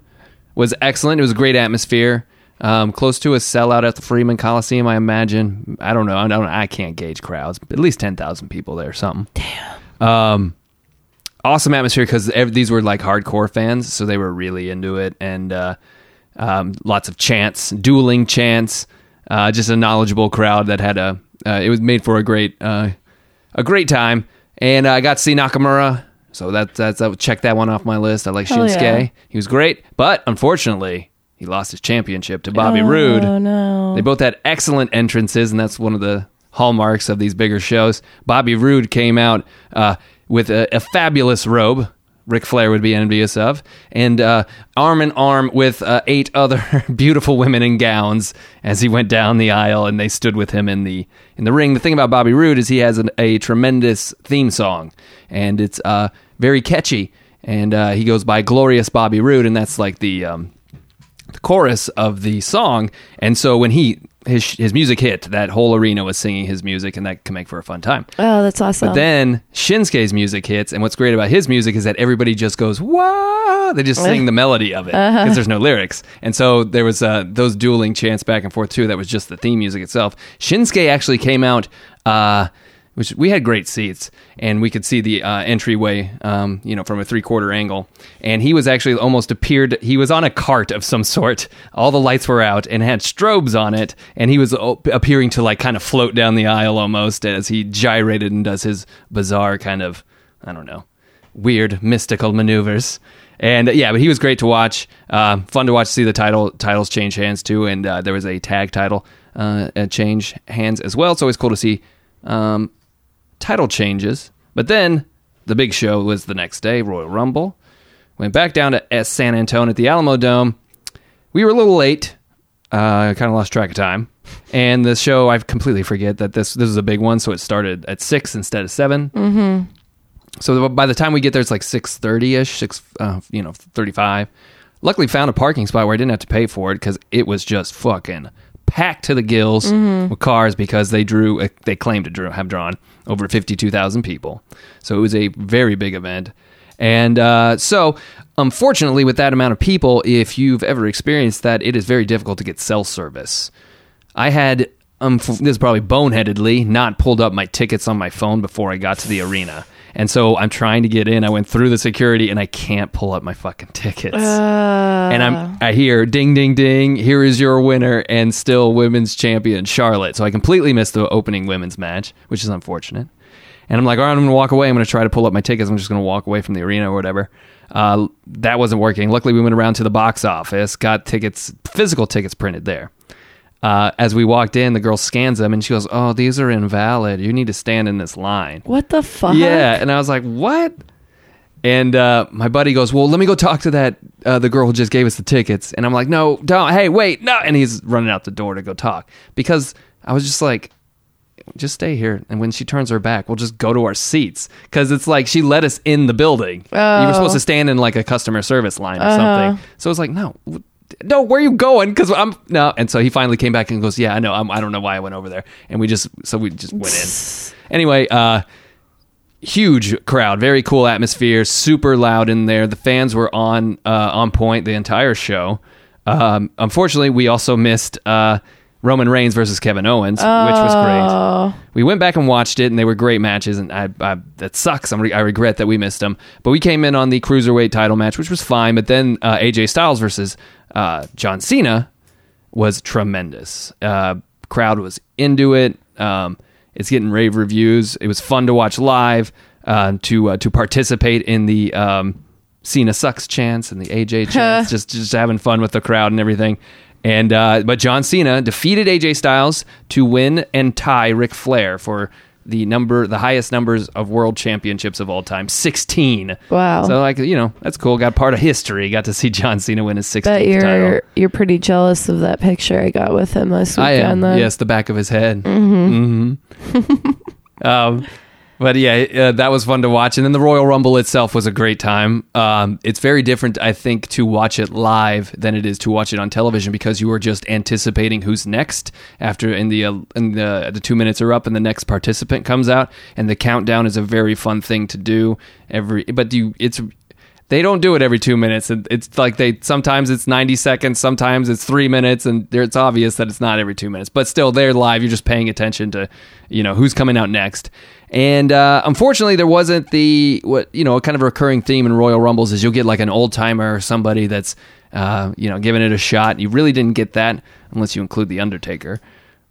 Speaker 2: was excellent. It was a great atmosphere. Um, close to a sellout at the Freeman Coliseum, I imagine. I don't know. I don't. I can't gauge crowds. But at least ten thousand people there, or something awesome atmosphere because these were like hardcore fans, so they were really into it, and uh, um, lots of chants, dueling chants, uh, just a knowledgeable crowd that had a. Uh, it was made for a great, uh, a great time, and I got to see Nakamura, so that that's that check that one off my list. I like
Speaker 3: Hell
Speaker 2: Shinsuke,
Speaker 3: yeah.
Speaker 2: he was great, but unfortunately, he lost his championship to Bobby Roode.
Speaker 3: Oh no.
Speaker 2: They both had excellent entrances, and that's one of the hallmarks of these bigger shows. Bobby Roode came out uh, with a, a fabulous robe. Ric Flair would be envious of, and uh, arm in arm with uh, eight other *laughs* beautiful women in gowns as he went down the aisle, and they stood with him in the in the ring. The thing about Bobby Roode is he has an, a tremendous theme song, and it's uh, very catchy, and uh, he goes by Glorious Bobby Roode, and that's like the um, the chorus of the song. And so when he his his music hit, that whole arena was singing his music, and that can make for a fun time.
Speaker 3: Oh, that's awesome.
Speaker 2: But then Shinsuke's music hits, and what's great about his music is that everybody just goes wow. They just sing the melody of it because there's no lyrics. And so there was uh, those dueling chants back and forth too. That was just the theme music itself. Shinsuke actually came out. Uh, which we had great seats and we could see the uh, entryway um, you know from a three quarter angle and he was actually almost appeared he was on a cart of some sort all the lights were out and had strobes on it and he was o- appearing to like kind of float down the aisle almost as he gyrated and does his bizarre kind of i don't know weird mystical maneuvers. And uh, yeah, but he was great to watch. Uh, fun to watch. See the title titles change hands too, and uh, there was a tag title uh, uh, change hands as well. It's always cool to see um, title changes. But then the big show was the next day, Royal Rumble. Went back down to S San Antonio at the Alamo Dome. We were a little late. Uh, I kind of lost track of time. And the show, I completely forget that this this is a big one, so it started at six instead of seven so by the time we get there, it's like six thirty ish, six uh, you know thirty five. Luckily, found a parking spot where I didn't have to pay for it because it was just fucking packed to the gills with cars because they drew uh, they claimed to drew have drawn over fifty two thousand people. So it was a very big event, and uh, so unfortunately, with that amount of people, if you've ever experienced that, it is very difficult to get cell service. I had um f- this is probably boneheadedly not pulled up my tickets on my phone before I got to the arena. And so I'm trying to get in. I went through the security and I can't pull up my fucking tickets. and I'm I hear ding ding ding, here is your winner and still women's champion Charlotte. So I completely missed the opening women's match, which is unfortunate. And I'm like, all right, I'm gonna walk away. I'm gonna try to pull up my tickets. I'm just gonna walk away from the arena or whatever. Uh, that wasn't working. Luckily, we went around to the box office, got tickets, physical tickets printed there. Uh, as we walked in, the girl scans them and she goes, "Oh, these are invalid. You need to stand in this line."
Speaker 3: what the fuck?
Speaker 2: Yeah, and I was like, "What?" And uh, my buddy goes, "Well, let me go talk to that uh, the girl who just gave us the tickets." And I'm like, "No, don't. Hey, wait, no!" And he's running out the door to go talk because I was just like, just stay here. And when she turns her back, we'll just go to our seats. Because it's like she let us in the building. You were supposed to stand in like a customer service line or something. So it's like, no, w- no, where are you going? Because I'm, no. And so he finally came back and goes, yeah, I know. I'm, I don't know why I went over there. And we just, so we just went in. Anyway, uh, huge crowd, very cool atmosphere, super loud in there. The fans were on uh, on point the entire show. Um, unfortunately, we also missed uh, Roman Reigns versus Kevin Owens, which was great. We went back and watched it, and they were great matches. And I, I that sucks. I'm re- I regret that we missed them. But we came in on the cruiserweight title match, which was fine. But then uh, AJ Styles versus uh, John Cena was tremendous. Uh, crowd was into it. Um, it's getting rave reviews. It was fun to watch live. Uh, to uh, to participate in the um, Cena sucks chance and the
Speaker 3: *laughs*
Speaker 2: AJ chance, just just having fun with the crowd and everything. And uh, but John Cena defeated AJ Styles to win and tie Ric Flair for the number the highest numbers of world championships of all time, sixteen.
Speaker 3: Wow.
Speaker 2: So like you know that's cool. Got part of history. Got to see John Cena win his
Speaker 3: But
Speaker 2: sixteenth
Speaker 3: you're
Speaker 2: title.
Speaker 3: you're pretty jealous of that picture I got with him this
Speaker 2: I
Speaker 3: weekend.
Speaker 2: am.
Speaker 3: then.
Speaker 2: Yes, the back of his head. Mm-hmm. *laughs* um, but yeah, uh, that was fun to watch. And then the Royal Rumble itself was a great time. Um, it's very different, I think, to watch it live than it is to watch it on television because you are just anticipating who's next after in the uh, in the the two minutes are up and the next participant comes out and the countdown is a very fun thing to do every. But you, it's they don't do it every two minutes. And It's like they sometimes it's ninety seconds, sometimes it's three minutes, and there- it's obvious that it's not every two minutes. But still, they're live. You're just paying attention to, you know, who's coming out next. And uh, unfortunately, there wasn't the what you know kind of a recurring theme in Royal Rumbles is you'll get like an old timer or somebody that's uh, you know giving it a shot. You really didn't get that unless you include the Undertaker.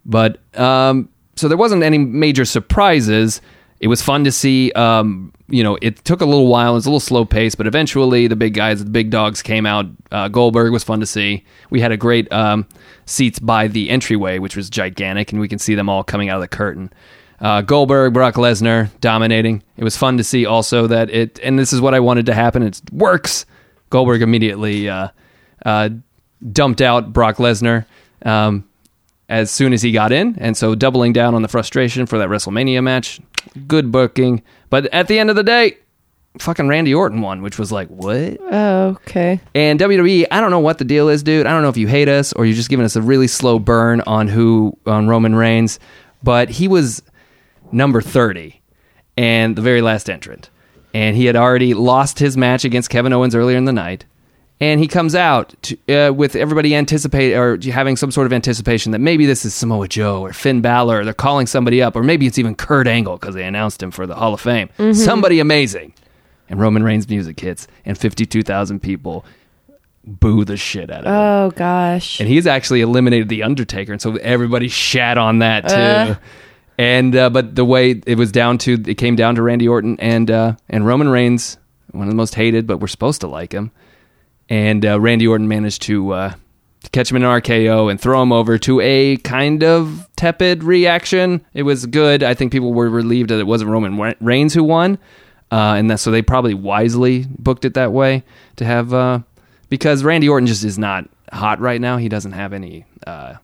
Speaker 2: But um, so there wasn't any major surprises. It was fun to see. Um, you know, it took a little while. It was a little slow pace, but eventually the big guys, the big dogs came out. Uh, Goldberg was fun to see. We had a great um, seats by the entryway, which was gigantic, and we can see them all coming out of the curtain. Uh, Goldberg, Brock Lesnar dominating. It was fun to see also that it, and this is what I wanted to happen. It works. Goldberg immediately uh, uh, dumped out Brock Lesnar. Um, as soon as he got in, and so doubling down on the frustration for that WrestleMania match. Good booking, but at the end of the day, fucking Randy Orton won, which was like what?
Speaker 3: Oh, okay.
Speaker 2: And WWE, I don't know what the deal is, dude. I don't know if you hate us or you're just giving us a really slow burn on who on Roman Reigns, but he was number 30 and the very last entrant. And he had already lost his match against Kevin Owens earlier in the night. And he comes out to, uh, with everybody anticipate or having some sort of anticipation that maybe this is Samoa Joe or Finn Balor, or they're calling somebody up, or maybe it's even Kurt Angle because they announced him for the Hall of Fame. Somebody amazing. And Roman Reigns' music hits, and 52,000 people boo the shit out of him.
Speaker 3: Oh gosh.
Speaker 2: And he's actually eliminated the Undertaker, and so everybody shat on that too.
Speaker 3: Uh.
Speaker 2: and uh, but the way it was down to it came down to Randy Orton and uh, and Roman Reigns, one of the most hated, but we're supposed to like him. And uh, Randy Orton managed to uh, to catch him in an RKO and throw him over to a kind of tepid reaction. It was good. I think people were relieved that it wasn't Roman Re- Reigns who won, uh, and that so they probably wisely booked it that way to have uh, because Randy Orton just is not hot right now. He doesn't have any uh,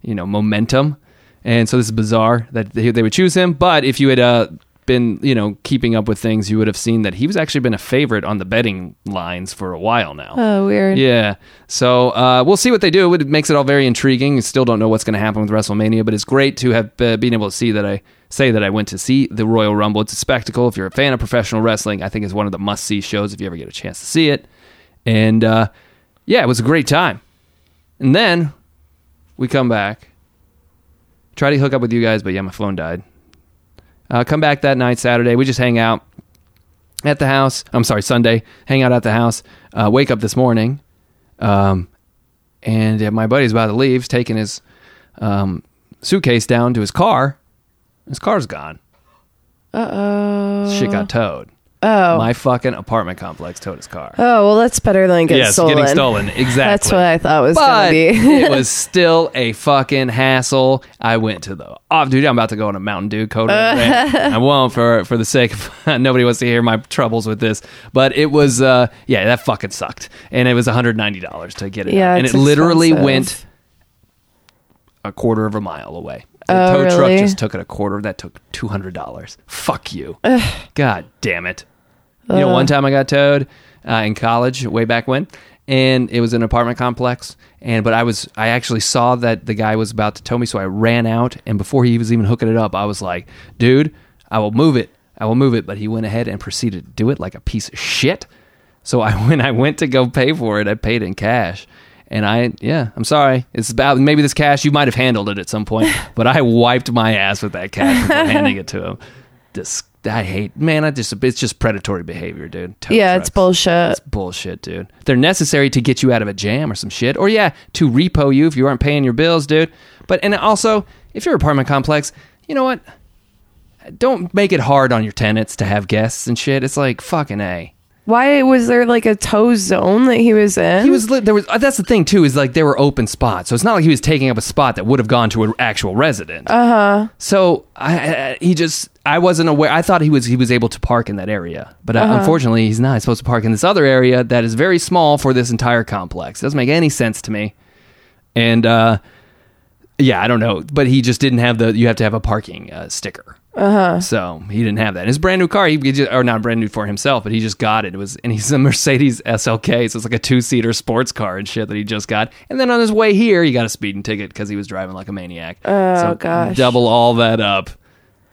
Speaker 2: you know momentum, and so this is bizarre that they, they would choose him. But if you had uh, been you know keeping up with things, you would have seen that he was actually been a favorite on the betting lines for a while now.
Speaker 3: oh weird.
Speaker 2: Yeah. So uh, we'll see what they do. It makes it all very intriguing. You still don't know what's going to happen with WrestleMania, but it's great to have uh, been able to see that I say that I went to see the Royal Rumble. It's a spectacle. If you're a fan of professional wrestling, I think it's one of the must see shows if you ever get a chance to see it. And uh, yeah, it was a great time. And then we come back. Try to hook up with you guys, but yeah, my phone died. Uh, come back that night, Saturday. We just hang out at the house. I'm sorry, Sunday. Hang out at the house. Uh, wake up this morning, um, and uh, my buddy's about to leave. He's taking his um, suitcase down to his car. His car's gone.
Speaker 3: Uh
Speaker 2: Shit got towed.
Speaker 3: oh.
Speaker 2: My fucking apartment complex towed his car.
Speaker 3: Oh well, that's better than getting
Speaker 2: yes,
Speaker 3: stolen.
Speaker 2: getting stolen. Exactly.
Speaker 3: That's what I thought was
Speaker 2: but *laughs*
Speaker 3: gonna be.
Speaker 2: it was still a fucking hassle. I went to the oh, dude. I'm about to go on a Mountain Dew
Speaker 3: *laughs*
Speaker 2: coat. rant. I won't for for the sake of *laughs* nobody wants to hear my troubles with this. But it was uh, yeah, that fucking sucked, and it was 190 dollars to get it.
Speaker 3: Yeah,
Speaker 2: out. and it
Speaker 3: it's
Speaker 2: literally
Speaker 3: expensive.
Speaker 2: went a quarter of a mile away. The
Speaker 3: Oh,
Speaker 2: tow truck
Speaker 3: really?
Speaker 2: just took it a quarter. That took two hundred dollars. Fuck you. God damn it. You know, one time I got towed uh, in college, way back when, and it was an apartment complex. And but I was, I actually saw that the guy was about to tow me, so I ran out. And before he was even hooking it up, I was like, "Dude, I will move it. I will move it." But he went ahead and proceeded to do it like a piece of shit. So I *laughs* when I went to go pay for it, I paid in cash. And I yeah, I'm sorry. It's about maybe this cash you might have handled it at some
Speaker 3: *laughs*
Speaker 2: point, but I wiped my ass with that cash before handing it to
Speaker 3: *laughs*
Speaker 2: him. Dis- I hate man, I just it's just predatory behavior, dude. Tow
Speaker 3: *laughs* Yeah, it's
Speaker 2: trucks.
Speaker 3: bullshit.
Speaker 2: It's bullshit, dude. They're necessary to get you out of a jam or some shit. Or yeah, to repo you if you aren't paying your bills, dude. But and also, if you're an apartment complex, you know what? Don't make it hard on your tenants to have guests and shit. It's like fucking A.
Speaker 3: Why was there like a tow zone that he was in?
Speaker 2: He was li- there was uh, that's the thing too is like there were open spots, so it's not like he was taking up a spot that would have gone to an actual resident. Uh huh. So I, I he just I wasn't aware. I thought he was he was able to park in that area, but uh, unfortunately he's not. He's supposed to park in this other area that is very small for this entire complex. Doesn't make any sense to me. And uh, yeah, I don't know, but he just didn't have the. You have to have a parking uh, sticker. Uh
Speaker 3: Uh-huh.
Speaker 2: huh. So he didn't have that. And his brand new car, he he just, or not brand new for himself, but he just got it. It was, and he's a *laughs* Mercedes SLK, so it's like a two seater sports car and shit that he just got. And then on his way here, he got a speeding ticket because he was driving like a maniac. Oh so
Speaker 3: gosh.
Speaker 2: Double all that up.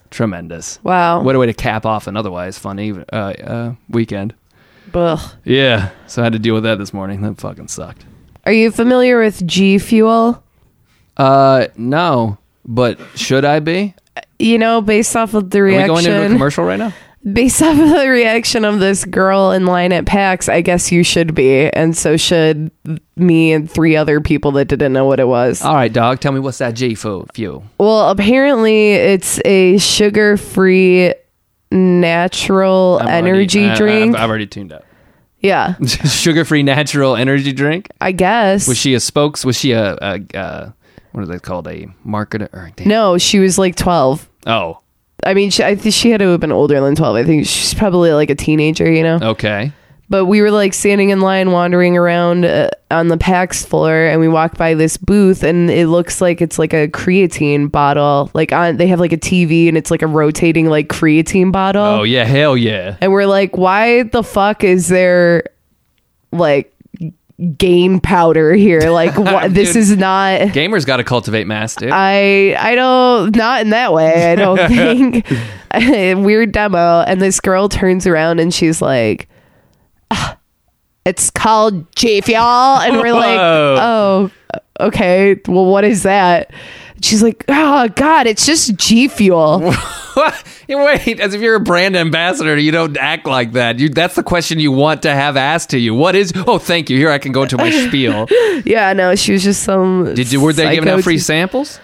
Speaker 2: Tremendous.
Speaker 3: Wow.
Speaker 2: What a way to cap off an otherwise funny uh, uh, weekend.
Speaker 3: Ugh.
Speaker 2: Yeah. So I had to deal with that this morning. That fucking sucked.
Speaker 3: Are you familiar with G Fuel?
Speaker 2: Uh, no. But should I be?
Speaker 3: You know, based off of the
Speaker 2: Are we
Speaker 3: reaction.
Speaker 2: going into a commercial right now?
Speaker 3: *laughs* based off of the reaction of this girl in line at PAX, I guess you should be, and so should me and three other people that didn't know what it was.
Speaker 2: All right, dog. Tell me what's that G fu- fuel?
Speaker 3: well, apparently it's a sugar-free natural energy drink.
Speaker 2: I, have already tuned out.
Speaker 3: yeah,
Speaker 2: *laughs* Sugar-free natural energy drink.
Speaker 3: I guess.
Speaker 2: Was she a spokes? Was she a, a, a what are they called? A marketer? Or, damn.
Speaker 3: no, she was like 12.
Speaker 2: Oh,
Speaker 3: I mean, she, I think she had to have been older than 12. I think she's probably like a teenager, you know?
Speaker 2: okay.
Speaker 3: But we were like standing in line, wandering around uh, on the PAX floor, and we walk by this booth, and it looks like it's like a creatine bottle. Like on, they have like a TV, and it's like a rotating like creatine bottle.
Speaker 2: Oh yeah, hell yeah.
Speaker 3: And we're like, why the fuck is there like gain powder here?
Speaker 2: *laughs*
Speaker 3: Like, wha- this
Speaker 2: Dude.
Speaker 3: is not.
Speaker 2: Gamers got to cultivate mass, *laughs*
Speaker 3: Uh,
Speaker 2: dude.
Speaker 3: I I don't not in that way.
Speaker 2: *laughs*
Speaker 3: I don't think *laughs* weird demo. And this girl turns around and she's like, "Ah, "It's called G Fuel," and we're like,
Speaker 2: Whoa.
Speaker 3: "Oh, okay. Well, what is that?" She's like, "Oh God, it's just G Fuel."
Speaker 2: Wait, as if you're a brand ambassador, you don't act like that. You, that's the question you want to have asked to you. What is? Oh, thank you. Here I can go into my spiel.
Speaker 3: yeah, no, she was just some.
Speaker 2: Did you? Were they giving
Speaker 3: psycho
Speaker 2: out free
Speaker 3: chick.
Speaker 2: samples?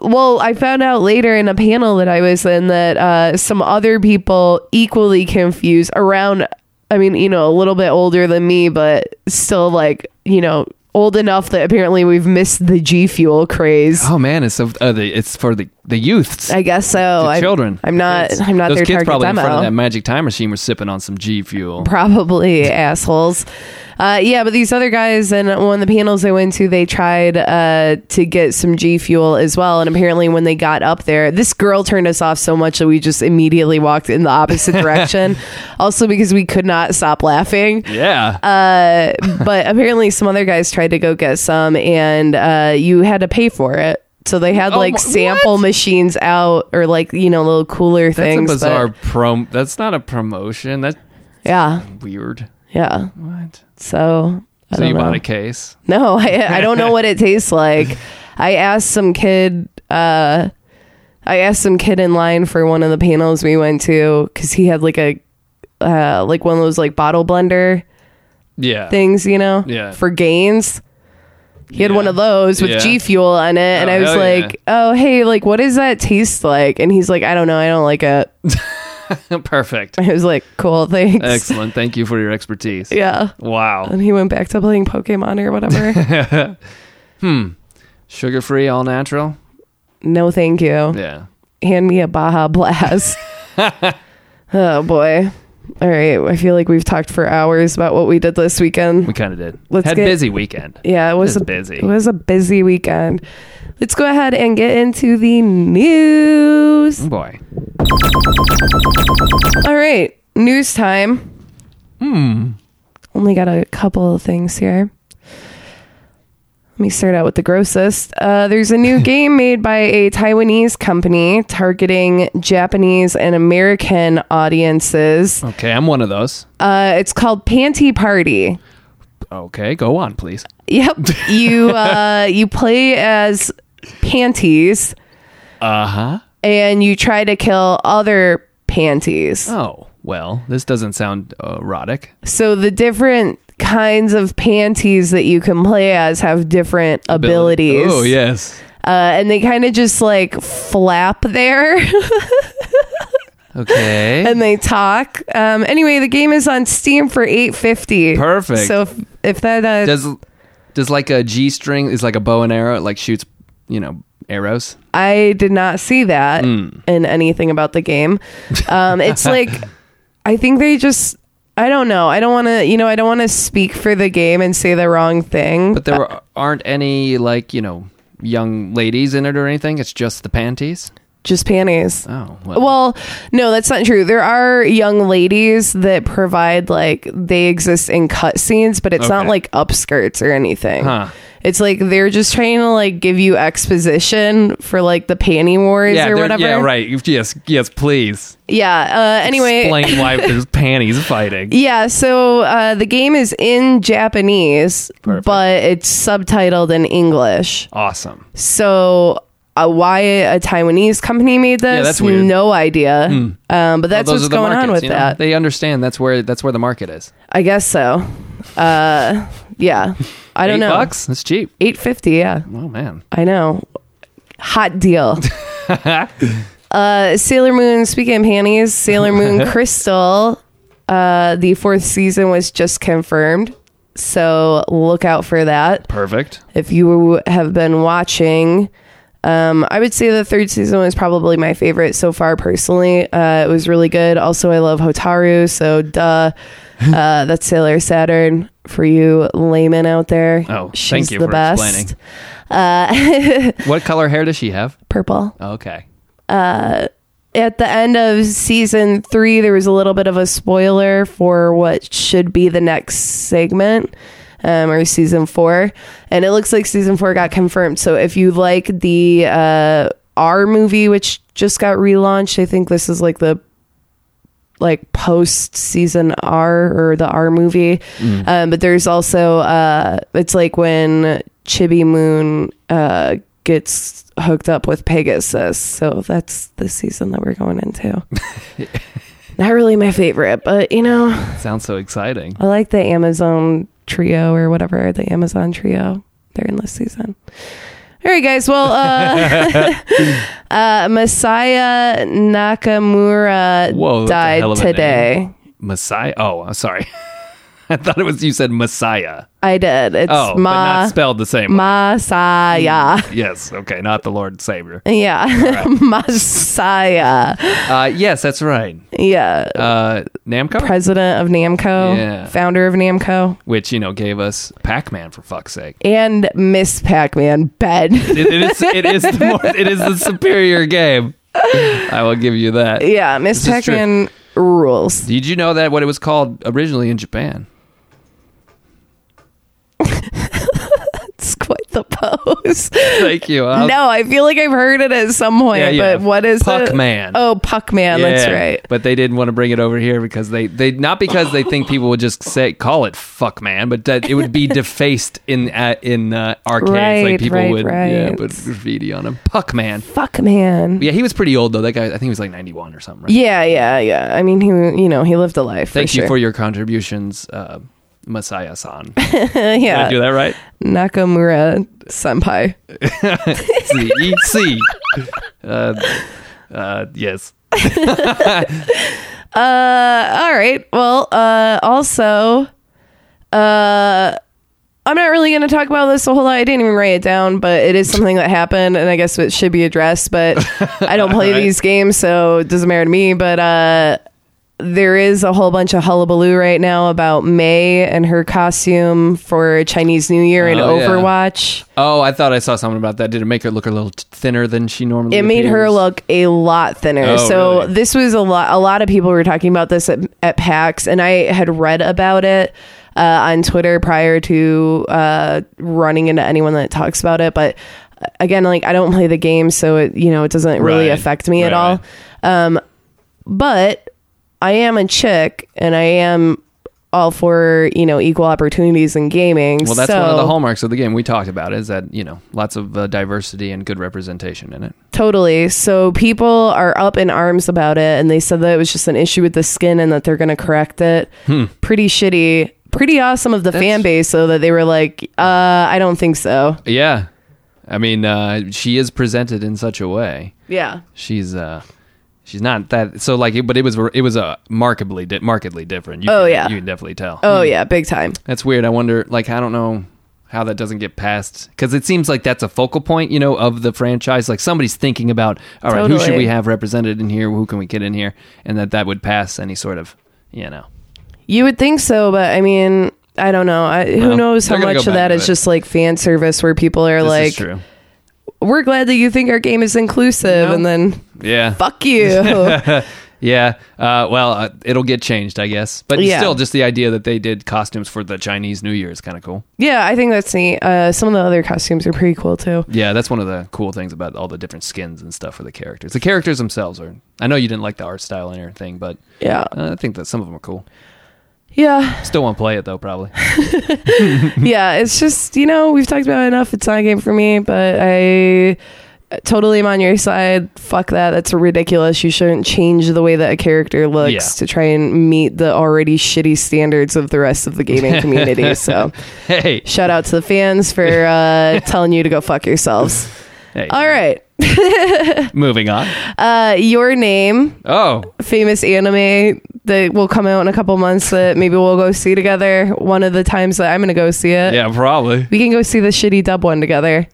Speaker 3: well, I found out later in a panel that I was in that uh, some other people equally confused around, I mean, you know, a little bit older than me, but still like, you know, old enough that apparently we've missed the G Fuel craze.
Speaker 2: Oh man, it's of- uh, the, it's for the the youths.
Speaker 3: I guess so.
Speaker 2: the
Speaker 3: I'm-
Speaker 2: children.
Speaker 3: I'm not.
Speaker 2: Kids.
Speaker 3: I'm not
Speaker 2: Those
Speaker 3: their
Speaker 2: kids
Speaker 3: target
Speaker 2: probably
Speaker 3: demo.
Speaker 2: in front of that magic time machine were sipping on some G fuel.
Speaker 3: probably *laughs* assholes. Uh, yeah, but these other guys and one of the panels I went to, they tried uh, to get some G fuel as well. And apparently, when they got up there, this girl turned us off so much that we just immediately walked in
Speaker 2: *laughs*
Speaker 3: the opposite direction. also, because we could not stop laughing.
Speaker 2: Yeah.
Speaker 3: Uh, but apparently, some other guys tried to go get some, and uh, you had to pay for it. So they had
Speaker 2: Oh
Speaker 3: like
Speaker 2: my-
Speaker 3: sample
Speaker 2: what?
Speaker 3: machines out, or like you know little cooler
Speaker 2: that's
Speaker 3: things.
Speaker 2: a
Speaker 3: but-
Speaker 2: bizarre prom. That's not a promotion. That's
Speaker 3: yeah,
Speaker 2: weird.
Speaker 3: yeah.
Speaker 2: What?
Speaker 3: So I
Speaker 2: So
Speaker 3: don't
Speaker 2: you
Speaker 3: know.
Speaker 2: bought a case?
Speaker 3: No, *laughs* I, I
Speaker 2: *laughs*
Speaker 3: don't know what it tastes like. I asked some kid. Uh, I asked some kid in line for one of the panels we went to because he had like a uh, like one of those like bottle blender
Speaker 2: Yeah.
Speaker 3: things, you know,
Speaker 2: Yeah.
Speaker 3: for gains. He had
Speaker 2: Yeah.
Speaker 3: one of those with
Speaker 2: Yeah.
Speaker 3: G Fuel on it, and
Speaker 2: Oh,
Speaker 3: I was
Speaker 2: hell yeah.
Speaker 3: like, "Oh, hey, like, what does that taste like?" And he's like, "I don't know, I don't like it."
Speaker 2: *laughs*
Speaker 3: *laughs*
Speaker 2: Perfect.
Speaker 3: I was like, "Cool, thanks."
Speaker 2: Excellent. Thank you for your expertise.
Speaker 3: *laughs* Yeah, Uh,
Speaker 2: Wow.
Speaker 3: and he went back to playing Pokemon or
Speaker 2: *laughs*
Speaker 3: whatever.
Speaker 2: Sugar free, all natural.
Speaker 3: no, thank you.
Speaker 2: Yeah. *laughs*
Speaker 3: hand me a Baja Blast. oh boy. All right. I feel like we've talked for hours about what we did this weekend.
Speaker 2: We kind of did.
Speaker 3: Let's
Speaker 2: Had
Speaker 3: get-
Speaker 2: busy weekend.
Speaker 3: Yeah, it was
Speaker 2: It was
Speaker 3: a,
Speaker 2: busy.
Speaker 3: It was a busy weekend. Let's go ahead and get into the news.
Speaker 2: Oh, Boy. Mm.
Speaker 3: All right, news time. Hmm.
Speaker 2: Hmm.
Speaker 3: Only got a couple of things here. Let me start out with the grossest. Uh, there's
Speaker 2: *laughs*
Speaker 3: a new game made by a Taiwanese company targeting Japanese and American audiences.
Speaker 2: Okay, I'm one of those.
Speaker 3: Uh, it's called Panty Party.
Speaker 2: Okay, go on, please. *laughs*
Speaker 3: Yep, you uh, you play as panties.
Speaker 2: Uh huh.
Speaker 3: and you try to kill other panties.
Speaker 2: Oh, well, this doesn't sound erotic.
Speaker 3: So the different kinds of panties that you can play as have different abilities.
Speaker 2: Oh, yes.
Speaker 3: Uh, and they kind of just like flap there *laughs*
Speaker 2: Okay.
Speaker 3: and they talk. Um, anyway, the game is on Steam for eight fifty.
Speaker 2: Perfect.
Speaker 3: So if, if that
Speaker 2: *laughs*
Speaker 3: uh,
Speaker 2: does does like a G string is like a bow and arrow? It like shoots, you know, arrows.
Speaker 3: I did not see that
Speaker 2: Hmm.
Speaker 3: in anything about
Speaker 2: *laughs*
Speaker 3: the game. Um, it's like I think they just I don't know. I don't want to you know I don't want to speak for the game and say the wrong thing.
Speaker 2: But there were- aren't any like you know young ladies in it or anything. It's just the panties.
Speaker 3: just panties.
Speaker 2: Oh
Speaker 3: Well, no, that's not true. There are young ladies that provide like they exist in cutscenes, but it's not
Speaker 2: Okay.
Speaker 3: like upskirts or anything.
Speaker 2: Huh.
Speaker 3: It's like they're just trying to like give you exposition for like the panty wars
Speaker 2: yeah,
Speaker 3: or
Speaker 2: they're-
Speaker 3: whatever.
Speaker 2: yeah, right. Yes, yes, please.
Speaker 3: Yeah. Uh, anyway,
Speaker 2: explain
Speaker 3: *laughs*
Speaker 2: why there's panties fighting.
Speaker 3: Yeah, so uh, the game is in Japanese,
Speaker 2: Perfect.
Speaker 3: but it's subtitled in English.
Speaker 2: Awesome.
Speaker 3: So uh, why a Taiwanese company made this?
Speaker 2: that's weird. Hmm.
Speaker 3: No idea. Um, but that's
Speaker 2: Well,
Speaker 3: what's going on
Speaker 2: markets,
Speaker 3: with
Speaker 2: you know?
Speaker 3: that.
Speaker 2: They understand that's where that's where the market is.
Speaker 3: I guess so. Uh, yeah, I don't
Speaker 2: Eight
Speaker 3: know.
Speaker 2: bucks. That's cheap.
Speaker 3: Eight fifty. Yeah,
Speaker 2: Oh man.
Speaker 3: I know. Hot deal. uh, Sailor Moon. Speaking of panties,
Speaker 2: *laughs*
Speaker 3: Sailor Moon Crystal. Uh, the fourth season was just confirmed. So look out for
Speaker 2: *laughs*
Speaker 3: that.
Speaker 2: Perfect.
Speaker 3: if you have been watching um, i would say the third season was probably my favorite so far personally uh, it was really good also i love hotaru so
Speaker 2: *laughs*
Speaker 3: duh uh, that's sailor saturn for you laymen out there
Speaker 2: Oh,
Speaker 3: she's
Speaker 2: thank you
Speaker 3: the
Speaker 2: for
Speaker 3: best Uh,
Speaker 2: explaining.
Speaker 3: *laughs*
Speaker 2: What color hair does she have?
Speaker 3: purple
Speaker 2: Okay.
Speaker 3: at the end of season three there was a little bit of a spoiler for what should be the next segment um, or season four and it looks like season four got confirmed so if you like the uh, r movie which just got relaunched i think this is like the like post season r or the r movie
Speaker 2: Mm.
Speaker 3: um, but there's also uh, it's like when chibi moon uh, gets hooked up with pegasus so that's the season that we're going
Speaker 2: *laughs*
Speaker 3: into not really my favorite but you know
Speaker 2: Sounds so exciting.
Speaker 3: I like the Amazon trio or whatever, the Amazon trio. They're in this season. All right, guys. Well, uh,
Speaker 2: *laughs*
Speaker 3: *laughs* uh, Messiah Nakamura
Speaker 2: Whoa, that's a hell
Speaker 3: died
Speaker 2: of a
Speaker 3: today.
Speaker 2: Messiah. Oh, I'm sorry. *laughs* I thought it was you said Messiah.
Speaker 3: I did. It's
Speaker 2: Oh, but
Speaker 3: Ma
Speaker 2: not spelled the same. way.
Speaker 3: Messiah.
Speaker 2: Yes. Okay. Not the Lord Savior.
Speaker 3: *laughs* Yeah, Messiah.
Speaker 2: Uh, yes, that's
Speaker 3: *laughs*
Speaker 2: right.
Speaker 3: Yeah,
Speaker 2: Uh, Namco,
Speaker 3: president of Namco,
Speaker 2: Yeah.
Speaker 3: founder of Namco,
Speaker 2: which you know gave us Pac-Man for fuck's sake.
Speaker 3: and Miss Pac-Man. Ben.
Speaker 2: It- it is. It is the more, It is the superior game. I will give you that.
Speaker 3: *laughs* yeah, Miss
Speaker 2: This is true.
Speaker 3: Pac-Man rules.
Speaker 2: Did you know that what it was called originally in Japan?
Speaker 3: It's quite
Speaker 2: *laughs*
Speaker 3: the pose.
Speaker 2: Thank you. I'll-
Speaker 3: No, I feel like I've heard it at some point,
Speaker 2: Uh, Yeah, yeah.
Speaker 3: but what is
Speaker 2: Puck
Speaker 3: it?
Speaker 2: Man.
Speaker 3: Oh, Puck Man, that's
Speaker 2: Yeah,
Speaker 3: right.
Speaker 2: But they didn't want to bring it over here because they they not because they think people would just say call it fuck man, but that it
Speaker 3: *laughs*
Speaker 2: would be defaced in uh, in uh, arcades
Speaker 3: Right,
Speaker 2: like people
Speaker 3: right,
Speaker 2: would yeah
Speaker 3: right.
Speaker 2: put graffiti on him. Puck man.
Speaker 3: Fuck Man.
Speaker 2: Yeah, he was pretty old though. That guy, I think he was like ninety one or something. Right?
Speaker 3: Yeah, yeah, yeah. I mean, he, you know, he lived a life.
Speaker 2: Thank
Speaker 3: for sure.
Speaker 2: you for your contributions, uh, Messiah San. Did I do
Speaker 3: *laughs* yeah.
Speaker 2: that
Speaker 3: *laughs*
Speaker 2: right?
Speaker 3: Nakamura Senpai.
Speaker 2: C E C. Uh, uh, yes.
Speaker 3: Uh, all right. Well, uh, also, uh, I'm not really going to talk about this a whole lot. I didn't even write it down, but it is something that happened, and I guess
Speaker 2: *laughs*
Speaker 3: it should be addressed. But I don't play
Speaker 2: All right.
Speaker 3: these games, so it doesn't matter to me. But uh, there is a whole bunch of hullabaloo right now about May and her costume for Chinese New Year in
Speaker 2: Oh, yeah.
Speaker 3: Overwatch.
Speaker 2: Oh, I thought I saw something about that. Did it make her look a little t- thinner than she normally?
Speaker 3: It made her
Speaker 2: appears?
Speaker 3: look a lot thinner.
Speaker 2: Oh,
Speaker 3: so
Speaker 2: really?
Speaker 3: this was a lot. A lot of people were talking about this at, at PAX, and I had read about it uh, on Twitter prior to uh, running into anyone that talks about it. But uh, again, like I don't play the game, so it you know it doesn't really
Speaker 2: Right.
Speaker 3: affect me at
Speaker 2: Right.
Speaker 3: all. Um, but I am a chick, and I am all for you know equal opportunities in gaming.
Speaker 2: Well, that's
Speaker 3: so
Speaker 2: one of the hallmarks of the game we talked about is that you know lots of uh, diversity and good representation in it.
Speaker 3: Totally. So people are up in arms about it, and they said that it was just an issue with the skin and that they're going to correct it.
Speaker 2: Hmm.
Speaker 3: Pretty shitty. Pretty awesome of the fan base, though, that they were like, uh, I don't think so.
Speaker 2: Yeah, I mean uh, she is presented in such a way.
Speaker 3: Yeah.
Speaker 2: She's uh, she's not that so like, it- but it was it was uh, markedly di- markedly different. You
Speaker 3: Oh,
Speaker 2: can-
Speaker 3: yeah.
Speaker 2: you can definitely tell.
Speaker 3: Oh, yeah. Big time.
Speaker 2: That's weird. I wonder, like, I don't know how that doesn't get past because it seems like that's a focal point, you know, of the franchise. Like somebody's thinking about, all right, who should
Speaker 3: Totally.
Speaker 2: we have represented in here? Who can we get in here? And that that would pass any sort of, you know,
Speaker 3: You would think so, but I mean, I don't know. I, who
Speaker 2: Well,
Speaker 3: knows
Speaker 2: they're
Speaker 3: how
Speaker 2: gonna
Speaker 3: much
Speaker 2: go
Speaker 3: of
Speaker 2: back
Speaker 3: that
Speaker 2: to
Speaker 3: is
Speaker 2: it.
Speaker 3: just like fan service where people are
Speaker 2: this
Speaker 3: like,
Speaker 2: is true.
Speaker 3: we're glad that you think our game is inclusive,
Speaker 2: No.
Speaker 3: and then
Speaker 2: Yeah, *laughs*
Speaker 3: fuck you.
Speaker 2: yeah. Uh, well, uh, it'll get changed, I guess. But
Speaker 3: Yeah.
Speaker 2: still, just the idea that they did costumes for the Chinese New Year is kind of cool.
Speaker 3: yeah, I think that's neat. Uh, some of the other costumes are pretty cool, too.
Speaker 2: Yeah, that's one of the cool things about all the different skins and stuff for the characters. The characters themselves are. I know you didn't like the art style and everything, but
Speaker 3: Yeah.
Speaker 2: uh, I think that some of them are cool.
Speaker 3: Yeah.
Speaker 2: Still won't play it though, probably. *laughs*
Speaker 3: yeah, it's just you know we've talked about it enough. It's not a game for me, but I uh, totally am on your side. Fuck that. That's ridiculous. You shouldn't change the way that a character looks
Speaker 2: Yeah.
Speaker 3: to try and meet the already shitty standards of the rest of
Speaker 2: *laughs*
Speaker 3: the gaming community. So
Speaker 2: hey,
Speaker 3: shout out to the fans for
Speaker 2: *laughs*
Speaker 3: uh, telling you to go fuck yourselves.
Speaker 2: hey.
Speaker 3: All right,
Speaker 2: Moving on.
Speaker 3: uh, your name,
Speaker 2: Oh,
Speaker 3: famous anime that will come out in a couple months that maybe we'll go see together. One of the times that I'm gonna go see it.
Speaker 2: yeah, probably.
Speaker 3: We can go see the shitty dub one together.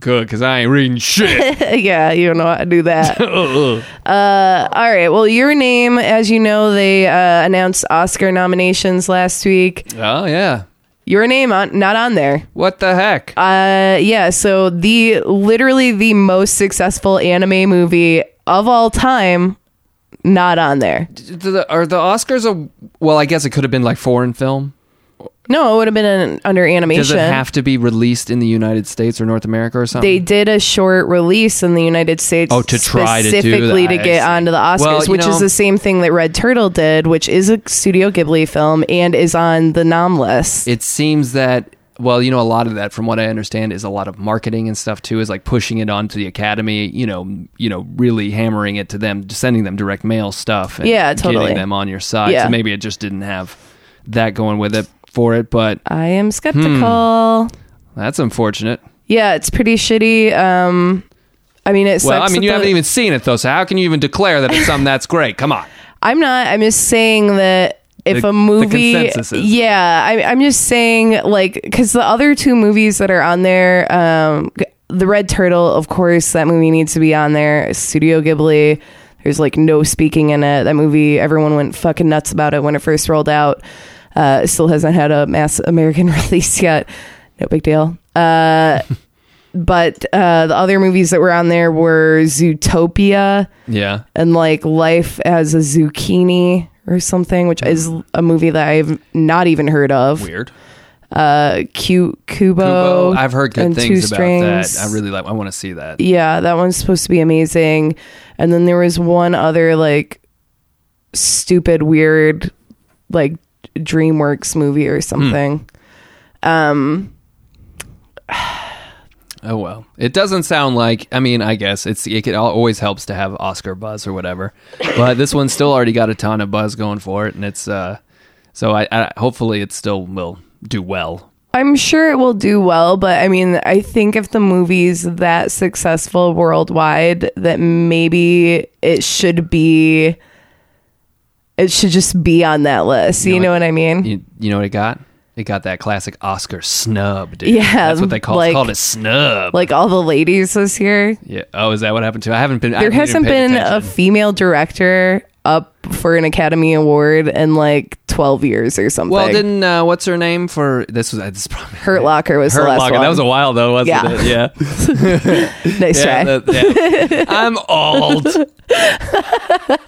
Speaker 2: Good, because I ain't reading shit.
Speaker 3: yeah, you don't know how to
Speaker 2: *laughs*
Speaker 3: do that.
Speaker 2: Ugh.
Speaker 3: Uh, all right. Well, your name, as you know, they uh, announced Oscar nominations last week.
Speaker 2: oh, yeah.
Speaker 3: Your name on, not on there.
Speaker 2: What the heck?
Speaker 3: Uh, yeah. So the literally the most successful anime movie of all time, not on there.
Speaker 2: D- the- are the Oscars a. Well, I guess it could have been like foreign film.
Speaker 3: No, it would have been an, under animation.
Speaker 2: Does it have to be released in the United States or North America or something?
Speaker 3: they did a short release in the United States.
Speaker 2: Oh, to try to do
Speaker 3: specifically
Speaker 2: that.
Speaker 3: to
Speaker 2: I
Speaker 3: get
Speaker 2: see.
Speaker 3: onto the Oscars,
Speaker 2: Well, you
Speaker 3: which
Speaker 2: know-
Speaker 3: is the same thing that Red Turtle did, which is a Studio Ghibli film and is on the nom list.
Speaker 2: it seems that well you know a lot of that from what i understand is a lot of marketing and stuff too is like pushing it onto the academy you know you know really hammering it to them sending them direct mail stuff and
Speaker 3: Yeah, totally.
Speaker 2: getting them on your side
Speaker 3: Yeah.
Speaker 2: so maybe it just didn't have that going with it for it but
Speaker 3: I am skeptical.
Speaker 2: that's unfortunate
Speaker 3: Yeah, it's pretty shitty. Um, I mean, it sucks.
Speaker 2: well i mean
Speaker 3: that
Speaker 2: you
Speaker 3: the-
Speaker 2: haven't even seen it though so how can you even declare that it's something that's great come on
Speaker 3: I'm not. I'm just saying that if
Speaker 2: The- the
Speaker 3: a movie,
Speaker 2: consensus is-
Speaker 3: yeah, I, I'm just saying like because the other two movies that are on there, um, g- the Red Turtle, of course, that movie needs to be on there. Studio Ghibli. There's like no speaking in it. That movie, everyone went fucking nuts about it when it first rolled out. Uh, it still hasn't had a mass American *laughs* release yet. No big deal. Uh,
Speaker 2: *laughs*
Speaker 3: but uh, the other movies that were on there were Zootopia
Speaker 2: yeah
Speaker 3: and like life as a zucchini or something, which is a movie that I've not even heard of.
Speaker 2: Mm-hmm. weird
Speaker 3: Uh, cute Kubo.
Speaker 2: Kubo, i've heard good
Speaker 3: and
Speaker 2: things
Speaker 3: Two
Speaker 2: about that
Speaker 3: Strings.
Speaker 2: i really like i want to see that
Speaker 3: yeah, that one's supposed to be amazing. And then there was one other like stupid, weird, like DreamWorks movie
Speaker 2: Hmm.
Speaker 3: or something. Um,
Speaker 2: Oh well, it doesn't sound like. I mean, I guess it's it could, always helps to have Oscar buzz or whatever, but this one's still already got a ton of buzz going for it, and it's uh, so I, I hopefully it still will do well.
Speaker 3: I'm sure it will do well, but I mean, I think if the movie's that successful worldwide, that maybe it should be, it should just be on that list. You,
Speaker 2: know
Speaker 3: know what I mean?
Speaker 2: You, you know what it got? It got that classic Oscar snub, dude.
Speaker 3: Yeah,
Speaker 2: that's what they call
Speaker 3: like-
Speaker 2: it's called a snub.
Speaker 3: Like all the ladies this year,
Speaker 2: yeah. Oh, is that what happened to? I haven't been. I
Speaker 3: there
Speaker 2: haven't even
Speaker 3: hasn't
Speaker 2: paid
Speaker 3: been a
Speaker 2: attention.
Speaker 3: female director up for an Academy Award in like 12 years or something.
Speaker 2: Well, didn't uh, what's her name for this was uh, this is probably
Speaker 3: Hurt Locker was the
Speaker 2: Hurt
Speaker 3: last
Speaker 2: Locker.
Speaker 3: one. *laughs*
Speaker 2: That was a while though, wasn't
Speaker 3: Yeah.
Speaker 2: it? Yeah.
Speaker 3: nice
Speaker 2: yeah,
Speaker 3: try.
Speaker 2: that-
Speaker 3: *laughs*
Speaker 2: yeah. I'm old.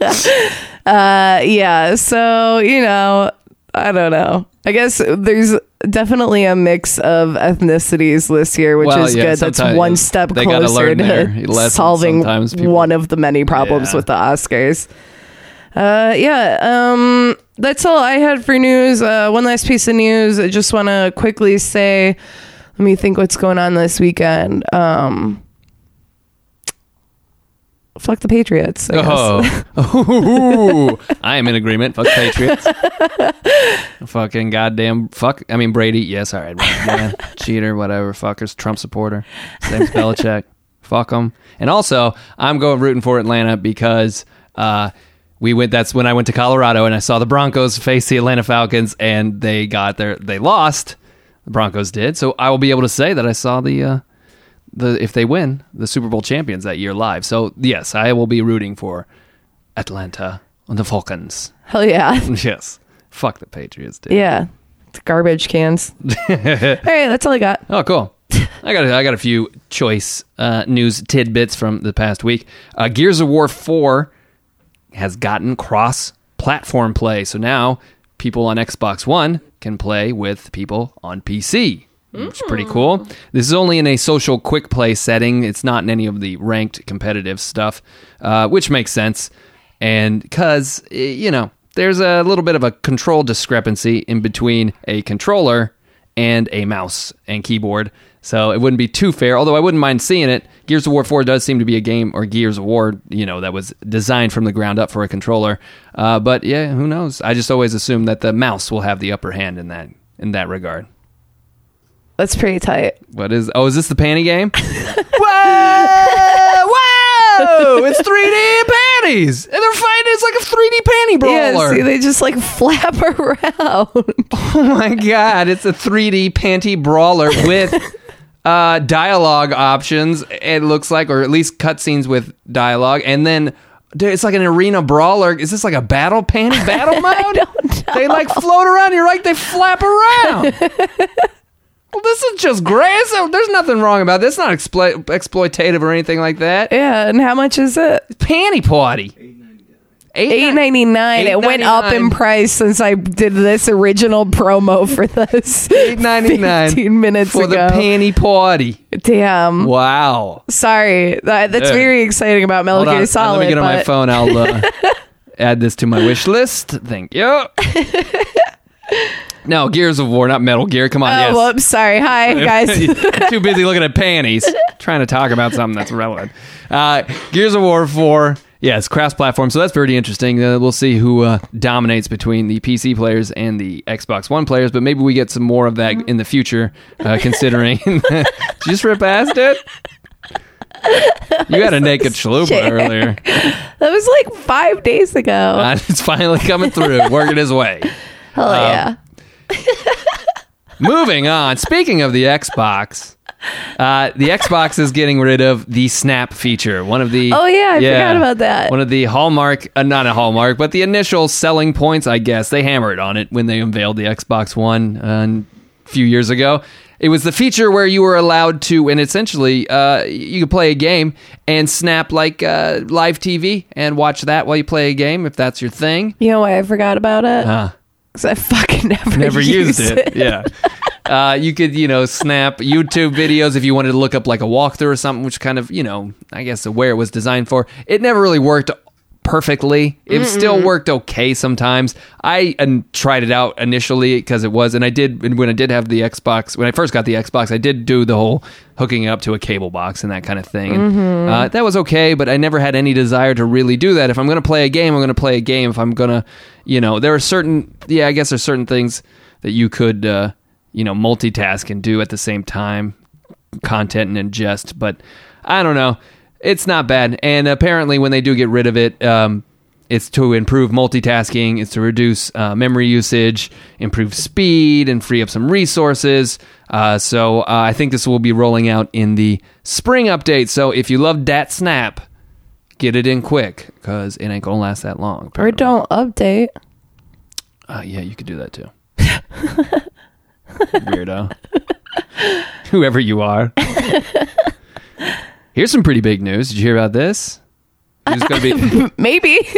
Speaker 3: Uh, yeah. So, you know, I don't know. I guess there's definitely a mix of ethnicities this year, which
Speaker 2: Well,
Speaker 3: is
Speaker 2: yeah,
Speaker 3: good. That's
Speaker 2: sometimes
Speaker 3: one step
Speaker 2: they gotta
Speaker 3: closer
Speaker 2: learn their
Speaker 3: to
Speaker 2: lessons.
Speaker 3: solving
Speaker 2: Sometimes people-
Speaker 3: one of the many problems
Speaker 2: Yeah.
Speaker 3: with the Oscars. Uh, yeah. Um, that's all I had for news. Uh, one last piece of news. I just want to quickly say, let me think what's going on this weekend. Um, fuck the Patriots. I guess. *laughs*
Speaker 2: Oh, Ooh. I am in agreement. Fuck Patriots. Fucking goddamn fuck. I mean Brady. Yes, all right. Yeah,
Speaker 3: *laughs*
Speaker 2: cheater, whatever. Fuckers. Trump supporter. Same's Belichick. Fuck them. And also, I'm going rooting for Atlanta because uh, we went. That's when I went to Colorado and I saw the Broncos face the Atlanta Falcons and they got their they lost. The Broncos did. So I will be able to say that I saw the. Uh, the, if they win the Super Bowl champions that year live. So yes, I will be rooting for Atlanta on the Falcons. *laughs*
Speaker 3: Hell yeah.
Speaker 2: Yes. Fuck the Patriots, dude.
Speaker 3: Yeah. It's garbage cans.
Speaker 2: *laughs*
Speaker 3: all right, that's all I got.
Speaker 2: Oh, cool. I got a, I got a few choice uh, news tidbits from the past week. Uh, Gears of War Four has gotten cross platform play, so now people on Xbox One can play with people on PC. Which is pretty cool. This is only in a social quick play setting. It's not in any of the ranked competitive stuff, uh, which makes sense. And because, you know, there's a little bit of a control discrepancy in between a controller and a mouse and keyboard. So it wouldn't be too fair, although I wouldn't mind seeing it. Gears of War 4 does seem to be a game, or Gears of War, you know, that was designed from the ground up for a controller. Uh, but yeah, who knows? I just always assume that the mouse will have the upper hand in that in that regard.
Speaker 3: That's pretty tight.
Speaker 2: What is? Oh, is this the panty game? whoa! Whoa! It's 3D panties, and they're fighting. It's like a 3D panty
Speaker 3: Yeah,
Speaker 2: brawler.
Speaker 3: see, they just like *laughs* flap around.
Speaker 2: Oh *laughs* my god, it's a 3D panty brawler with
Speaker 3: *laughs*
Speaker 2: uh, dialogue options. It looks like, or at least cutscenes with dialogue, and then dude, it's like an arena brawler. Is this like a battle
Speaker 3: *laughs*
Speaker 2: panty battle mode? They like float around. You're right. They flap around.
Speaker 3: *laughs*
Speaker 2: well, this is just great. So there's nothing wrong about this. It's not explo- exploitative or anything like that.
Speaker 3: yeah, and how much is it?
Speaker 2: Panty party.
Speaker 3: Eight ninety nine. It went up in
Speaker 2: $8.99.
Speaker 3: price since I did this original promo for this.
Speaker 2: Eight ninety nine.
Speaker 3: 15 minutes
Speaker 2: for the
Speaker 3: ago.
Speaker 2: panty party.
Speaker 3: Damn.
Speaker 2: Wow.
Speaker 3: Sorry. That, that's
Speaker 2: Yeah.
Speaker 3: very exciting about Metal
Speaker 2: Hold on, uh,
Speaker 3: Gear Solid.
Speaker 2: Let me get on my
Speaker 3: but-
Speaker 2: phone. I'll
Speaker 3: *laughs*
Speaker 2: uh, add this to my wish list. Thank you. no, Gears of War, not Metal Gear. Come on,
Speaker 3: Oh,
Speaker 2: yes.
Speaker 3: whoops.
Speaker 2: *laughs*
Speaker 3: Sorry. Hi, guys.
Speaker 2: Too busy looking at panties, trying to talk about something that's relevant. Uh, Gears of War 4, yes, cross platform. So that's pretty interesting. Uh, we'll see who uh, dominates between the PC players and the Xbox One players, but maybe we get some more of
Speaker 3: Mm-hmm.
Speaker 2: that in the future, uh, considering. *laughs* Did you just rip past
Speaker 3: *laughs*
Speaker 2: it? You had a naked chalupa earlier.
Speaker 3: *laughs* that was like five days ago.
Speaker 2: *laughs* Uh, it's finally coming through, working his way.
Speaker 3: Hell yeah.
Speaker 2: Moving on. Speaking of the Xbox, uh, the Xbox is getting rid of the snap feature. One of the
Speaker 3: Oh, yeah, I forgot about that.
Speaker 2: One of the hallmark, uh, not a hallmark, but the initial selling points. I guess they hammered on it when they unveiled the Xbox One uh, a few years ago. It was the feature where you were allowed to, and essentially, uh, you could play a game and snap like uh, live TV and watch that while you play a game if that's your thing.
Speaker 3: You know why I forgot about it?
Speaker 2: Uh,
Speaker 3: Because I fucking *laughs* never,
Speaker 2: never used it. *laughs* Yeah. Uh, you could, you know, snap YouTube videos if you wanted to look up like a walkthrough or something, which kind of, you know, I guess where it was designed for. It never really worked perfectly. It still worked okay sometimes. I and tried it out initially because it was, and I did and when I did have the Xbox, when I first got the Xbox, I did do the whole hooking it up to a cable box and that kind of thing. And, uh, that was okay, but I never had any desire to really do that. If I'm going to play a game, I'm going to play a game. If I'm going to, you know, there are certain, yeah, I guess there's certain things that you could, uh, you know, multitask and do at the same time content and ingest. But I don't know. It's not bad. And apparently, when they do get rid of it, um, it's to improve multitasking, it's to reduce uh, memory usage, improve speed, and free up some resources. Uh, so uh, I think this will be rolling out in the spring update. So if you love Dat Snap, get it in quick because it ain't gonna last that long.
Speaker 3: Or
Speaker 2: apparently. *laughs*
Speaker 3: don't update.
Speaker 2: Uh, yeah, you could do that too. Weirdo. Whoever you are. Here's some pretty big news. Did you hear about this? Who's gonna
Speaker 3: *laughs*
Speaker 2: be
Speaker 3: Maybe.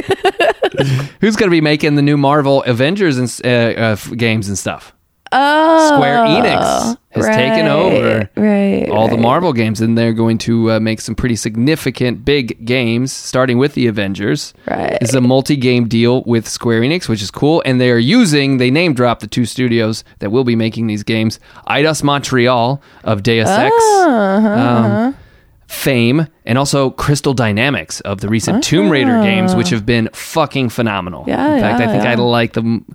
Speaker 2: Who's gonna be making the new Marvel Avengers and s- uh, uh, f- games and stuff?
Speaker 3: Oh.
Speaker 2: Square Enix has taken
Speaker 3: right,
Speaker 2: over
Speaker 3: Right.
Speaker 2: all the
Speaker 3: right.
Speaker 2: Marvel games, and they're going to uh, make some pretty significant big games, starting with the Avengers.
Speaker 3: Right.
Speaker 2: It's a multi-game deal with Square Enix, which is cool, and they are using they name dropped the two studios that will be making these games: Idos Montreal of Deus Ex
Speaker 3: Oh, uh-huh,
Speaker 2: um, fame, and also Crystal Dynamics of the recent Tomb Raider games, which have been fucking phenomenal.
Speaker 3: Ah. Yeah,
Speaker 2: in fact,
Speaker 3: yeah,
Speaker 2: I think
Speaker 3: yeah.
Speaker 2: I like the m-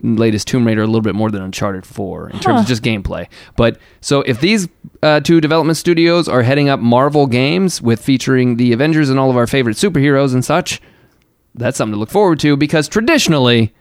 Speaker 2: latest Tomb Raider a little bit more than Uncharted 4 in terms of just gameplay. But so if these uh, two development studios are heading up Marvel games with featuring the Avengers and all of our favorite superheroes and such, that's something to look forward to because traditionally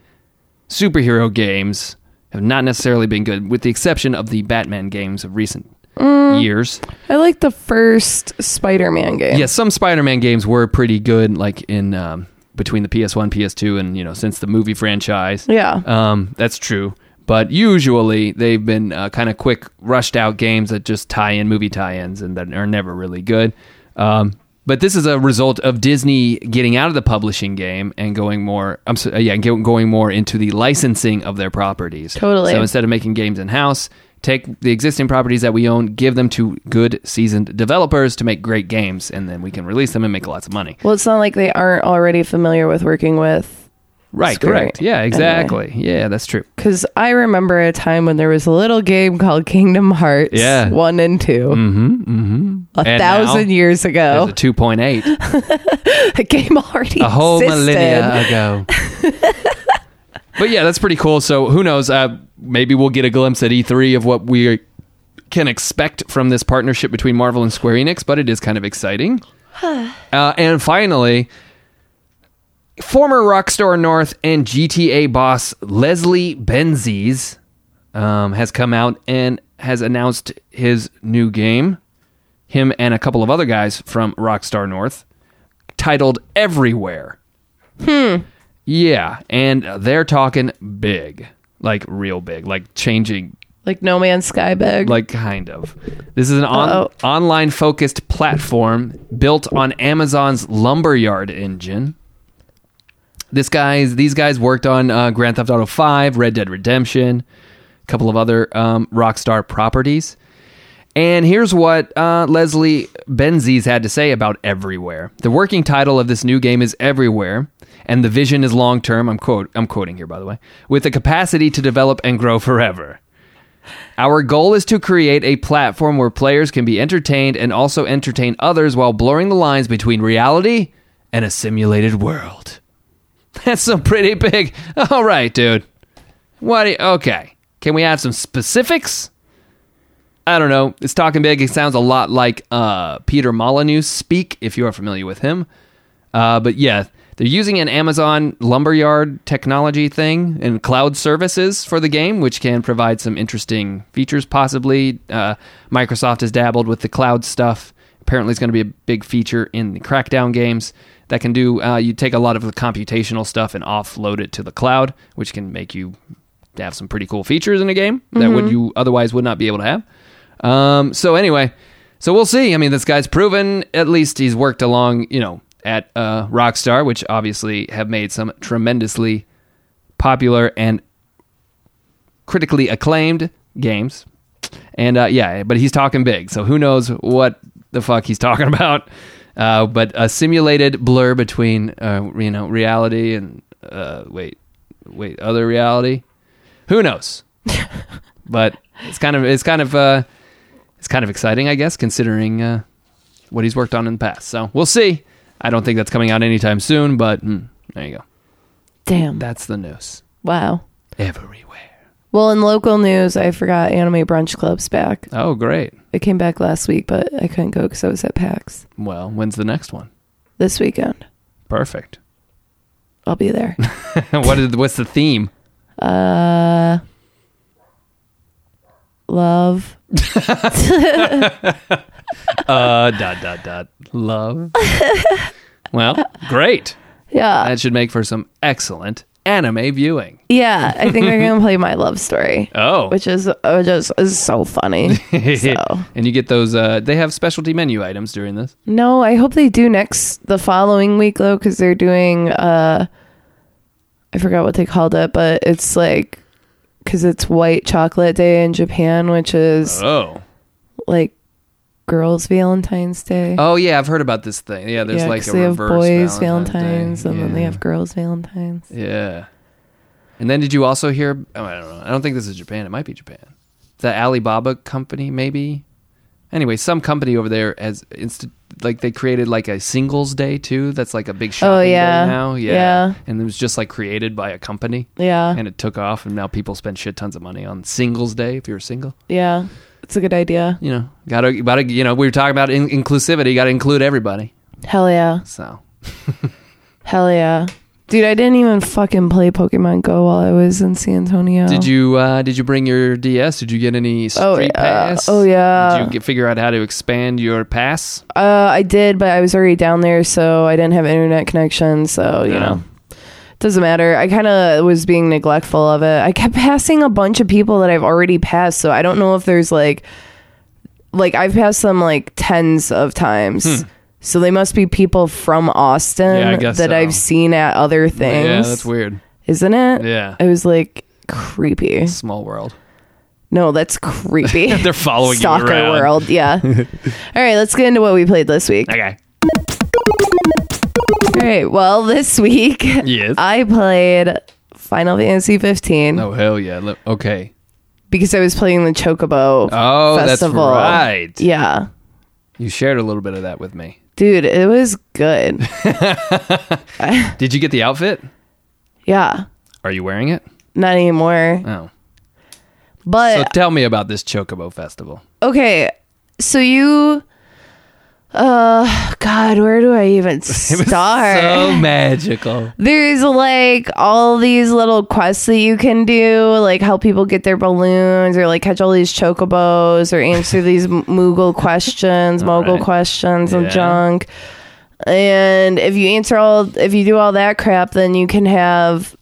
Speaker 2: superhero games have not necessarily been good with the exception of the Batman games of recent
Speaker 3: Mm.
Speaker 2: years.
Speaker 3: I like the first Spider-Man game.
Speaker 2: Yeah, some Spider-Man games were pretty good like in um, between the PS1, PS2 and you know since the movie franchise.
Speaker 3: Yeah.
Speaker 2: Um, that's true. But usually they've been uh, kind of quick, rushed out games that just tie in movie tie ins and that are never really good. Um, but this is a result of Disney getting out of the publishing game and going more. I'm so, yeah, go- going more into the licensing of their properties.
Speaker 3: Totally.
Speaker 2: So instead of making games in house, take the existing properties that we own, give them to good seasoned developers to make great games, and then we can release them and make lots of money.
Speaker 3: Well, it's not like they aren't already familiar with working with.
Speaker 2: Right.
Speaker 3: Square
Speaker 2: Correct. Yeah. Exactly. Yeah. That's true.
Speaker 3: Because I remember a time when there was a little game called Kingdom Hearts
Speaker 2: Yeah. Mm.
Speaker 3: 1 and 2. Mm-hmm. A
Speaker 2: And
Speaker 3: thousand
Speaker 2: now
Speaker 3: years
Speaker 2: There's
Speaker 3: ago.
Speaker 2: a
Speaker 3: *laughs*
Speaker 2: two point eight.
Speaker 3: The game already
Speaker 2: a whole
Speaker 3: existed.
Speaker 2: millennia ago. but yeah, that's pretty cool. So who knows? Uh, maybe we'll get a glimpse at E3 of what we can expect from this partnership between Marvel and Square Enix. But it is kind of exciting. uh, and finally, former Rockstar North and GTA boss Leslie Benzies um, has come out and has announced his new game. Him and a couple of other guys from Rockstar North titled Everywhere. Hmm. Yeah, and they're talking big, like real big, like changing,
Speaker 3: Like No Man's Sky big.
Speaker 2: like kind of. This is an on-
Speaker 3: Uh-oh.
Speaker 2: online focused platform built on Amazon's Lumberyard engine. This guys, these guys worked on uh, Grand Theft Auto Five, Red Dead Redemption, a couple of other um, Rockstar properties. And here's what uh, Leslie Benzies had to say about Everywhere. The working title of this new game is Everywhere, and the vision is long term. I'm quote I'm quoting here by the way, with the capacity to develop and grow forever. Our goal is to create a platform where players can be entertained and also entertain others while blurring the lines between reality and a simulated world. *laughs* That's some pretty big. *laughs* All right, dude. What? do you- okay. Can we have some specifics? I don't know. It's talking big. It sounds a lot like uh, Peter Molyneux speak, if you are familiar with him. Uh, but yeah, they're using an Amazon lumberyard technology thing and cloud services for the game, which can provide some interesting features. Possibly, uh, Microsoft has dabbled with the cloud stuff. Apparently, it's going to be a big feature in the Crackdown games that can do. Uh, you take a lot of the computational stuff and offload it to the cloud, which can make you have some pretty cool features in a game that would you otherwise would not be able to have. Um, so anyway, so we'll see. I mean, this guy's proven at least he's worked along, you know, at uh, Rockstar, which obviously have made some tremendously popular and critically acclaimed games. And uh, yeah, but he's talking big, so who knows what the fuck he's *laughs* talking about? Uh, but a simulated blur between uh, you know reality and uh, wait, wait, other reality. Who knows? but it's kind of it's kind of uh, it's kind of exciting, I guess, considering uh, what he's worked on in the past. So we'll see. I don't think that's coming out anytime soon, but mm, there you go.
Speaker 3: Damn.
Speaker 2: That's the news
Speaker 3: Wow.
Speaker 2: everywhere.
Speaker 3: Well, in local news, I forgot Anime Brunch Club's back.
Speaker 2: Oh, great.
Speaker 3: It came back last week, but I couldn't go because I was at PAX
Speaker 2: Well, when's the next one?
Speaker 3: this weekend.
Speaker 2: Perfect. *laughs*
Speaker 3: I'll be there. *laughs*
Speaker 2: what is what's the theme?
Speaker 3: Uh, love.
Speaker 2: Uh dot dot dot love. Well, great.
Speaker 3: Yeah.
Speaker 2: That should make for some excellent anime viewing.
Speaker 3: Yeah. I think
Speaker 2: *laughs*
Speaker 3: they're going to play My Love Story,
Speaker 2: Oh. *laughs*
Speaker 3: which is, which is, is so funny. so.
Speaker 2: and you get those, uh, they have specialty menu items during this.
Speaker 3: No, I hope they do next the following week though, because they're doing uh, I forgot what they called it, but it's like because it's White Chocolate Day in Japan, which is
Speaker 2: Oh.
Speaker 3: like girls' Valentine's Day.
Speaker 2: Oh, yeah, I've heard about this thing. Yeah, there's like
Speaker 3: 'cause
Speaker 2: a
Speaker 3: they have
Speaker 2: reverse
Speaker 3: boys'
Speaker 2: Valentine's,
Speaker 3: Valentines,
Speaker 2: Day.
Speaker 3: and then they
Speaker 2: Yeah.
Speaker 3: have girls' Valentines.
Speaker 2: Yeah. And then did you also hear? Oh, I don't know. I don't think this is Japan. It might be Japan. The Alibaba company, maybe. Anyway, some company over there has inst- like they created like a singles day too. That's like a big shopping
Speaker 3: Oh, yeah.
Speaker 2: day now. Yeah.
Speaker 3: Yeah. Uh-huh.
Speaker 2: And it was just like created by a company,
Speaker 3: Yeah,
Speaker 2: and it took off, and now people spend shit tons of money on singles day. If you're single,
Speaker 3: yeah, it's a good idea.
Speaker 2: you know, gotta, gotta, you know, we were talking about in- inclusivity. Got to include everybody.
Speaker 3: Hell yeah,
Speaker 2: So
Speaker 3: hell yeah, dude! I didn't even fucking play Pokemon Go while I was in San Antonio.
Speaker 2: Did you uh, did you bring your DS? Did you get any street
Speaker 3: Oh, yeah.
Speaker 2: pass?
Speaker 3: Oh, yeah.
Speaker 2: Did you get, figure out how to expand your pass?
Speaker 3: Uh, I did, but I was already down there, so I didn't have internet connection. So you
Speaker 2: Yeah.
Speaker 3: know, doesn't matter. I kind of was being neglectful of it. I kept passing a bunch of people that I've already passed, so I don't know if there's like, like I've passed them like tens of times. So they must be people from Austin
Speaker 2: Hmm. Yeah, I guess
Speaker 3: that
Speaker 2: so.
Speaker 3: I've seen at other things,
Speaker 2: Yeah, that's weird.
Speaker 3: isn't it?
Speaker 2: Yeah.
Speaker 3: It was like creepy.
Speaker 2: Small world.
Speaker 3: No, that's
Speaker 2: *laughs*
Speaker 3: creepy.
Speaker 2: They're following
Speaker 3: Stalker
Speaker 2: you around. *laughs*
Speaker 3: world, yeah. All right, let's get into what we played this week.
Speaker 2: Okay.
Speaker 3: All right. Well, this *laughs* week
Speaker 2: Yes.
Speaker 3: I played Final Fantasy 15
Speaker 2: oh hell yeah. Look- Okay.
Speaker 3: because I was playing the Chocobo
Speaker 2: Oh,
Speaker 3: festival.
Speaker 2: that's right.
Speaker 3: Yeah.
Speaker 2: You shared a little bit of that with me.
Speaker 3: Dude, it was
Speaker 2: *laughs*
Speaker 3: good.
Speaker 2: Did you get the outfit?
Speaker 3: yeah.
Speaker 2: Are you wearing it?
Speaker 3: Not anymore.
Speaker 2: Oh. So
Speaker 3: But
Speaker 2: tell me about this Chocobo Festival. *laughs*
Speaker 3: okay. So you uh god, where do I
Speaker 2: *laughs*
Speaker 3: even
Speaker 2: It was
Speaker 3: start?
Speaker 2: So magical. *laughs*
Speaker 3: there's like all these little quests that you can do, like help people get their balloons, or like catch all these chocobos, or answer these m- Moogle questions, mogul
Speaker 2: right.
Speaker 3: questions, and
Speaker 2: Yeah.
Speaker 3: junk. And if you answer all, if you do all that crap, then you can have,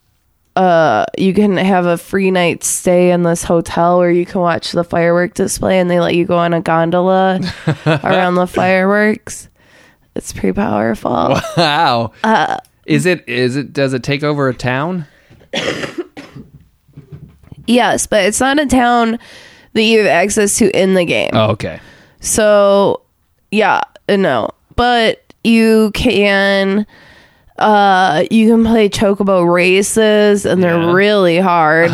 Speaker 3: uh, you can have a free night stay in this hotel, or you can watch the firework display, and they let you go on
Speaker 2: *laughs*
Speaker 3: a gondola around the fireworks. It's pretty powerful.
Speaker 2: Wow.
Speaker 3: Uh,
Speaker 2: is it? Is it? Does it take over a town?
Speaker 3: Yes, but it's not a town that you have access to in the game.
Speaker 2: Oh, okay.
Speaker 3: So, yeah, uh, no. But you can uh you can play chocobo races and they're
Speaker 2: Yeah.
Speaker 3: really
Speaker 2: *laughs*
Speaker 3: hard.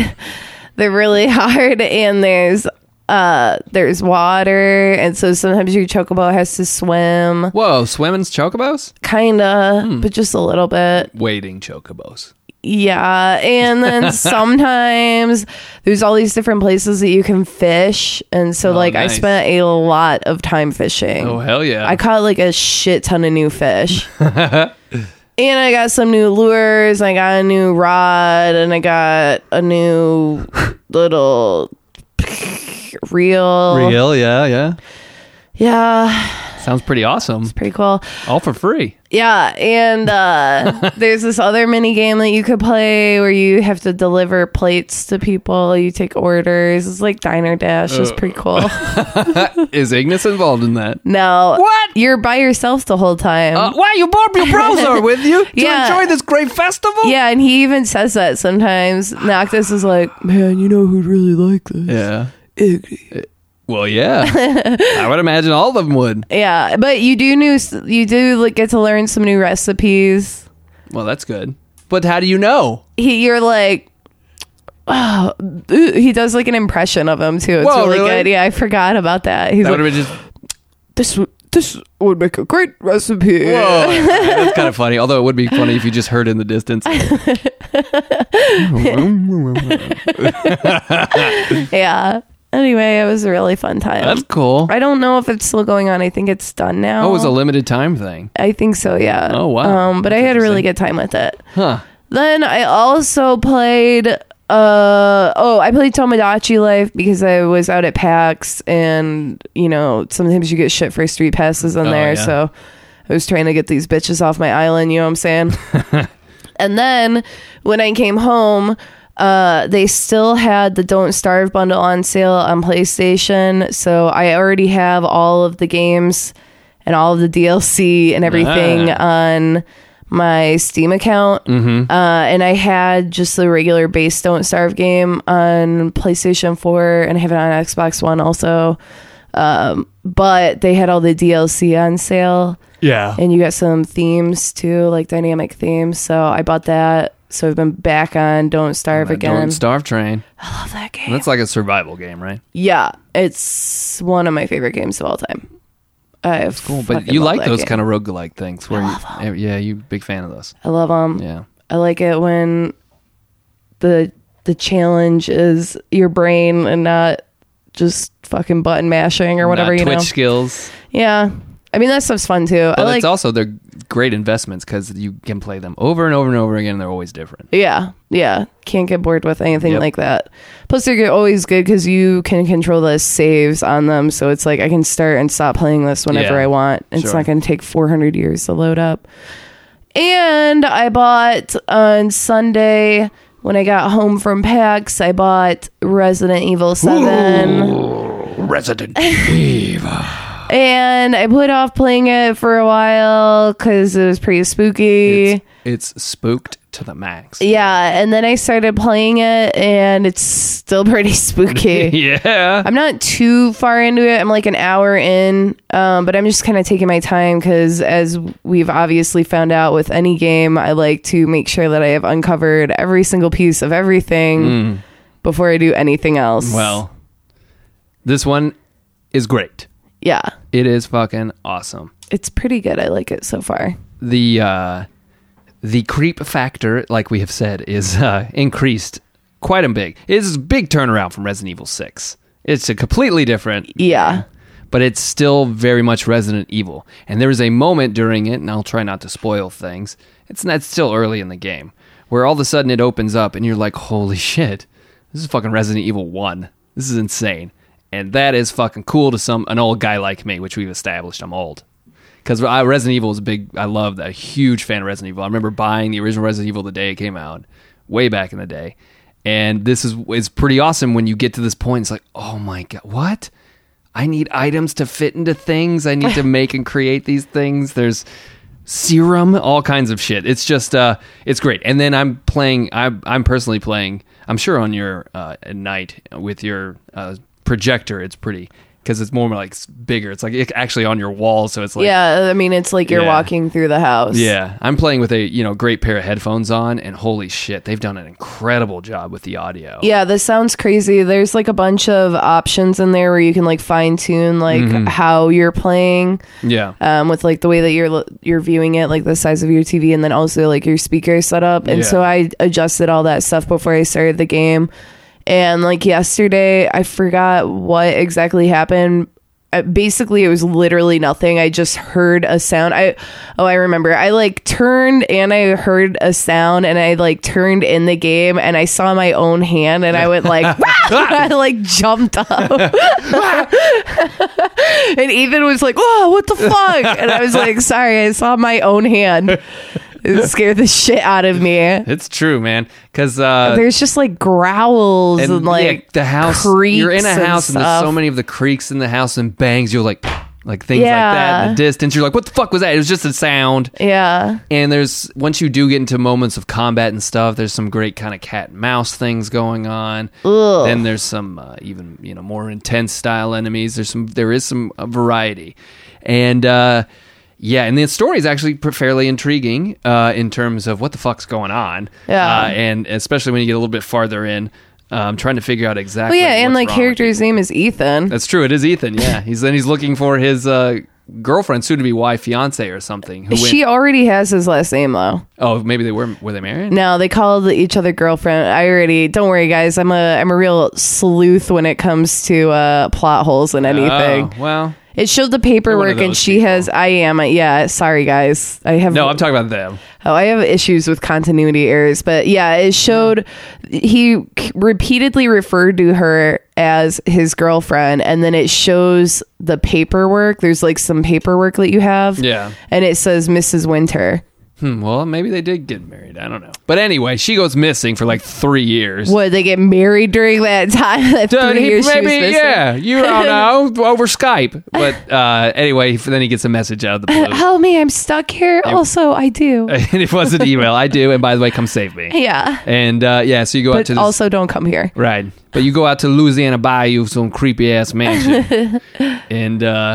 Speaker 3: *laughs* they're really hard and there's uh there's water and so sometimes your chocobo has to swim
Speaker 2: Whoa, swimming's chocobos?
Speaker 3: kind of
Speaker 2: Hmm.
Speaker 3: but just a little bit
Speaker 2: Wading chocobos.
Speaker 3: Yeah,
Speaker 2: *laughs*
Speaker 3: and then sometimes there's all these different places that you can fish, and so like
Speaker 2: Oh, nice.
Speaker 3: I spent a lot of time fishing.
Speaker 2: Oh hell yeah!
Speaker 3: I caught like a shit ton of
Speaker 2: *laughs*
Speaker 3: new fish. and I got some new lures, I got a new rod, and I got a new
Speaker 2: *laughs*
Speaker 3: little reel.
Speaker 2: Real, yeah, yeah.
Speaker 3: Yeah,
Speaker 2: Sounds pretty awesome.
Speaker 3: pretty cool.
Speaker 2: All for free.
Speaker 3: Yeah, and uh, there's this other mini game that you could play where you have to deliver plates to people. You take orders. It's like Diner Dash. It's
Speaker 2: Uh.
Speaker 3: pretty
Speaker 2: *laughs*
Speaker 3: cool.
Speaker 2: *laughs* Is Ignis involved in that?
Speaker 3: no,
Speaker 2: What?
Speaker 3: You're by yourself the whole time.
Speaker 2: Uh, wow, you brought your browser with you to
Speaker 3: Yeah.
Speaker 2: enjoy this great festival.
Speaker 3: yeah, and he even says that sometimes. Noctis is like, man, you know who'd really like this?
Speaker 2: Yeah.
Speaker 3: Iggy."
Speaker 2: Well, *laughs* yeah. I would imagine all of them would.
Speaker 3: Yeah, but you do new. You do like get to learn some new recipes.
Speaker 2: Well, that's good. But how do you know?
Speaker 3: he you're like *sighs* oh, ooh, he does like an impression of him too. It's
Speaker 2: Whoa,
Speaker 3: really,
Speaker 2: really?
Speaker 3: good. Yeah, I forgot about that. He's
Speaker 2: That would
Speaker 3: like,
Speaker 2: have been just.
Speaker 3: this w- this would make a great recipe.
Speaker 2: Whoa, *laughs* that's kind of funny. Although it would be funny if you just heard in the *laughs* distance.
Speaker 3: Yeah. Anyway, it was a really fun time.
Speaker 2: That's cool.
Speaker 3: I don't know if it's still going on. I think it's done now.
Speaker 2: Oh, it was a limited time thing,
Speaker 3: I think so. Yeah.
Speaker 2: Oh, wow.
Speaker 3: Um, but I
Speaker 2: That's
Speaker 3: had a really good time with it.
Speaker 2: huh?
Speaker 3: Then I also played uh oh, I played Tomodachi Life because I was out at PAX and you know, sometimes you get shit for street passes in
Speaker 2: Oh,
Speaker 3: there,
Speaker 2: yeah.
Speaker 3: so I was trying to get these bitches off my island, you know what I'm saying? and then when I came home, uh, they still had the Don't Starve bundle on sale on PlayStation. So I already have all of the games and all of the DLC and everything
Speaker 2: Ah.
Speaker 3: on my Steam account. Mm-hmm. Uh, and I had just the regular base Don't Starve game on PlayStation 4 and I have it on Xbox One also. Um, but they had all the DLC on sale
Speaker 2: Yeah.
Speaker 3: and you got some themes too, like dynamic themes. So I bought that. So I've been back on Don't Starve again.
Speaker 2: Don't starve train.
Speaker 3: Love that game.
Speaker 2: That's like a survival game, right?
Speaker 3: yeah, it's one of my favorite games of all time. I
Speaker 2: Cool, but you like those kind of roguelike things where you, eh, yeah, you big fan of those.
Speaker 3: I love them.
Speaker 2: Yeah.
Speaker 3: I like it when the the challenge is your brain and not just fucking button mashing or whatever
Speaker 2: Not
Speaker 3: you
Speaker 2: Twitch
Speaker 3: know.
Speaker 2: skills.
Speaker 3: Yeah, I mean that stuff's fun too. I
Speaker 2: But
Speaker 3: like
Speaker 2: it's also they're great investments because you can play them over and over and over again. And they're always different.
Speaker 3: Yeah, yeah. Can't get bored with anything
Speaker 2: Yep.
Speaker 3: like that. Plus, they're good- always good because you can control the saves on them. So it's like I can start and stop playing this whenever
Speaker 2: Yeah,
Speaker 3: I want. It's
Speaker 2: sure.
Speaker 3: not going to take 400 years to load up. And I bought on Sunday when I got home from PAX, I bought Resident Evil 7. *laughs*
Speaker 2: Resident.
Speaker 3: And I put off playing it for a while because it was pretty spooky.
Speaker 2: it's, it's spooked to the
Speaker 3: *laughs*
Speaker 2: max.
Speaker 3: Yeah, and then I started playing it, and it's still *laughs* pretty spooky.
Speaker 2: *laughs* Yeah.
Speaker 3: I'm not too far into it. I'm like an hour in, um, but I'm just kind of taking my time because, as we've obviously found out with any game, I like to make sure that I have uncovered every single piece of everything before I do anything else.
Speaker 2: Mm. Well, this one is great.
Speaker 3: yeah,
Speaker 2: It is fucking awesome.
Speaker 3: it's pretty good. I like it so far.
Speaker 2: the uh, the creep factor, like we have said, is uh, increased quite a big. It's a big turnaround from Resident Evil Six. It's a completely different,
Speaker 3: Yeah,
Speaker 2: but it's still very much Resident Evil. And there is a moment during it, and I'll try not to spoil things. It's not it's still early in the game where all of a sudden it opens up, and you're like, "Holy shit! This is fucking Resident Evil One. This is insane." And that is fucking cool to some an old guy like me, which we've established. I'm old because Resident Evil is a big. I love that. Huge fan of Resident Evil. I remember buying the original Resident Evil the day it came out, way back in the day. And this is it's pretty awesome when you get to this point. It's like, oh my god, what? I need items to fit into things. I need to make and create these things. There's serum, all kinds of shit. It's just, uh, it's great. And then I'm playing. I'm I'm personally playing. I'm sure on your uh, at night with your uh, projector, it's pretty because it's more like s- bigger. It's like it- actually on your wall, so it's like
Speaker 3: yeah. I mean, it's like you're
Speaker 2: Yeah.
Speaker 3: walking through the house.
Speaker 2: yeah, I'm playing with a you know great pair of headphones on, and holy shit, they've done an incredible job with the audio.
Speaker 3: Yeah, this sounds crazy. There's like a bunch of options in there where you can like fine tune like how you're playing
Speaker 2: yeah,
Speaker 3: um, with like the way that you're lo- you're viewing it, like the size of your TV, and then also like your speaker setup. And
Speaker 2: Yeah.
Speaker 3: so I adjusted all that stuff before I started the game. And like yesterday, I forgot what exactly happened. Uh, Basically, it was literally nothing. I just heard a sound. I oh, I remember. I like turned and I heard a sound, and I like turned in the game, and I saw my own hand, and I went like, *laughs* I like jumped up. *laughs* And Ethan was like, "Whoa, what the fuck?" And I was like, "Sorry, I saw my own hand." It scared the shit out of me.
Speaker 2: it's true, man. Because uh,
Speaker 3: There's just like growls and, like
Speaker 2: yeah, the house
Speaker 3: creaks
Speaker 2: you're in a house and, there's so
Speaker 3: stuff.
Speaker 2: many of the creaks in the house and bangs you're like like things like that in
Speaker 3: Yeah.
Speaker 2: the distance you're like what the fuck was that it was just a sound
Speaker 3: Yeah,
Speaker 2: and there's once you do get into moments of combat and stuff there's some great kind of cat and mouse things going on then there's some uh, even you know more intense style enemies there's some there is some uh, variety and uh yeah, and the story is actually pr- fairly intriguing uh, in terms of what the fuck's going on.
Speaker 3: Yeah.
Speaker 2: Uh, and especially when you get a little bit farther in, um, trying to figure out exactly.
Speaker 3: but yeah, and
Speaker 2: what's
Speaker 3: like
Speaker 2: wrong with you.
Speaker 3: character's name is Ethan.
Speaker 2: That's true. It is Ethan. Yeah, he's then he's looking for his uh, girlfriend, soon to be wife, fiance, or something. Who went,
Speaker 3: She already has his last name though.
Speaker 2: oh, maybe they were were they married?
Speaker 3: No, they called each other girlfriend. I already don't worry, guys. I'm a I'm a real sleuth when it comes to uh, plot holes and anything.
Speaker 2: Oh, well,
Speaker 3: It showed the
Speaker 2: One of
Speaker 3: paperwork, and
Speaker 2: those
Speaker 3: she
Speaker 2: people.
Speaker 3: has. I am. Yeah, sorry guys. I have
Speaker 2: No, I'm talking about them.
Speaker 3: Oh, I have issues with continuity errors, but yeah, it showed he c- repeatedly referred to her as his girlfriend, and then it shows the paperwork. There's like some paperwork that you have,
Speaker 2: Yeah.
Speaker 3: and it says Mrs. Winter.
Speaker 2: Hmm, well, maybe they did get married. I don't know. But anyway, she goes missing for like three years.
Speaker 3: What they get married during that time? *laughs* That
Speaker 2: Uh,
Speaker 3: three
Speaker 2: he-
Speaker 3: years she was
Speaker 2: maybe,
Speaker 3: missing?
Speaker 2: yeah, you don't
Speaker 3: *laughs*
Speaker 2: know over Skype. But uh, anyway, f- then he gets a message out of the
Speaker 3: *laughs*
Speaker 2: blue, *laughs*
Speaker 3: Help me, I'm stuck here. also, I do.
Speaker 2: and *laughs* it was an email. I do, and by the way, come save me.
Speaker 3: yeah,
Speaker 2: And uh, yeah, so you go out
Speaker 3: but
Speaker 2: to this,
Speaker 3: also don't come here.
Speaker 2: right, but you go out to Louisiana Bayou, some creepy ass mansion, and uh,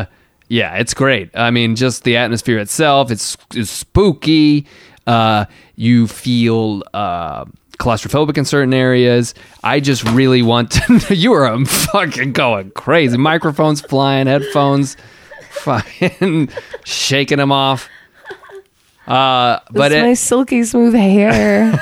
Speaker 2: yeah, it's great. I mean, just the atmosphere itself, it's, it's spooky. Uh, you feel. Uh, claustrophobic in certain areas. I just really want to. *laughs* you are fucking going crazy. Microphones flying, headphones, *laughs* fucking shaking them off. Uh, but
Speaker 3: It's
Speaker 2: it-
Speaker 3: my silky smooth hair.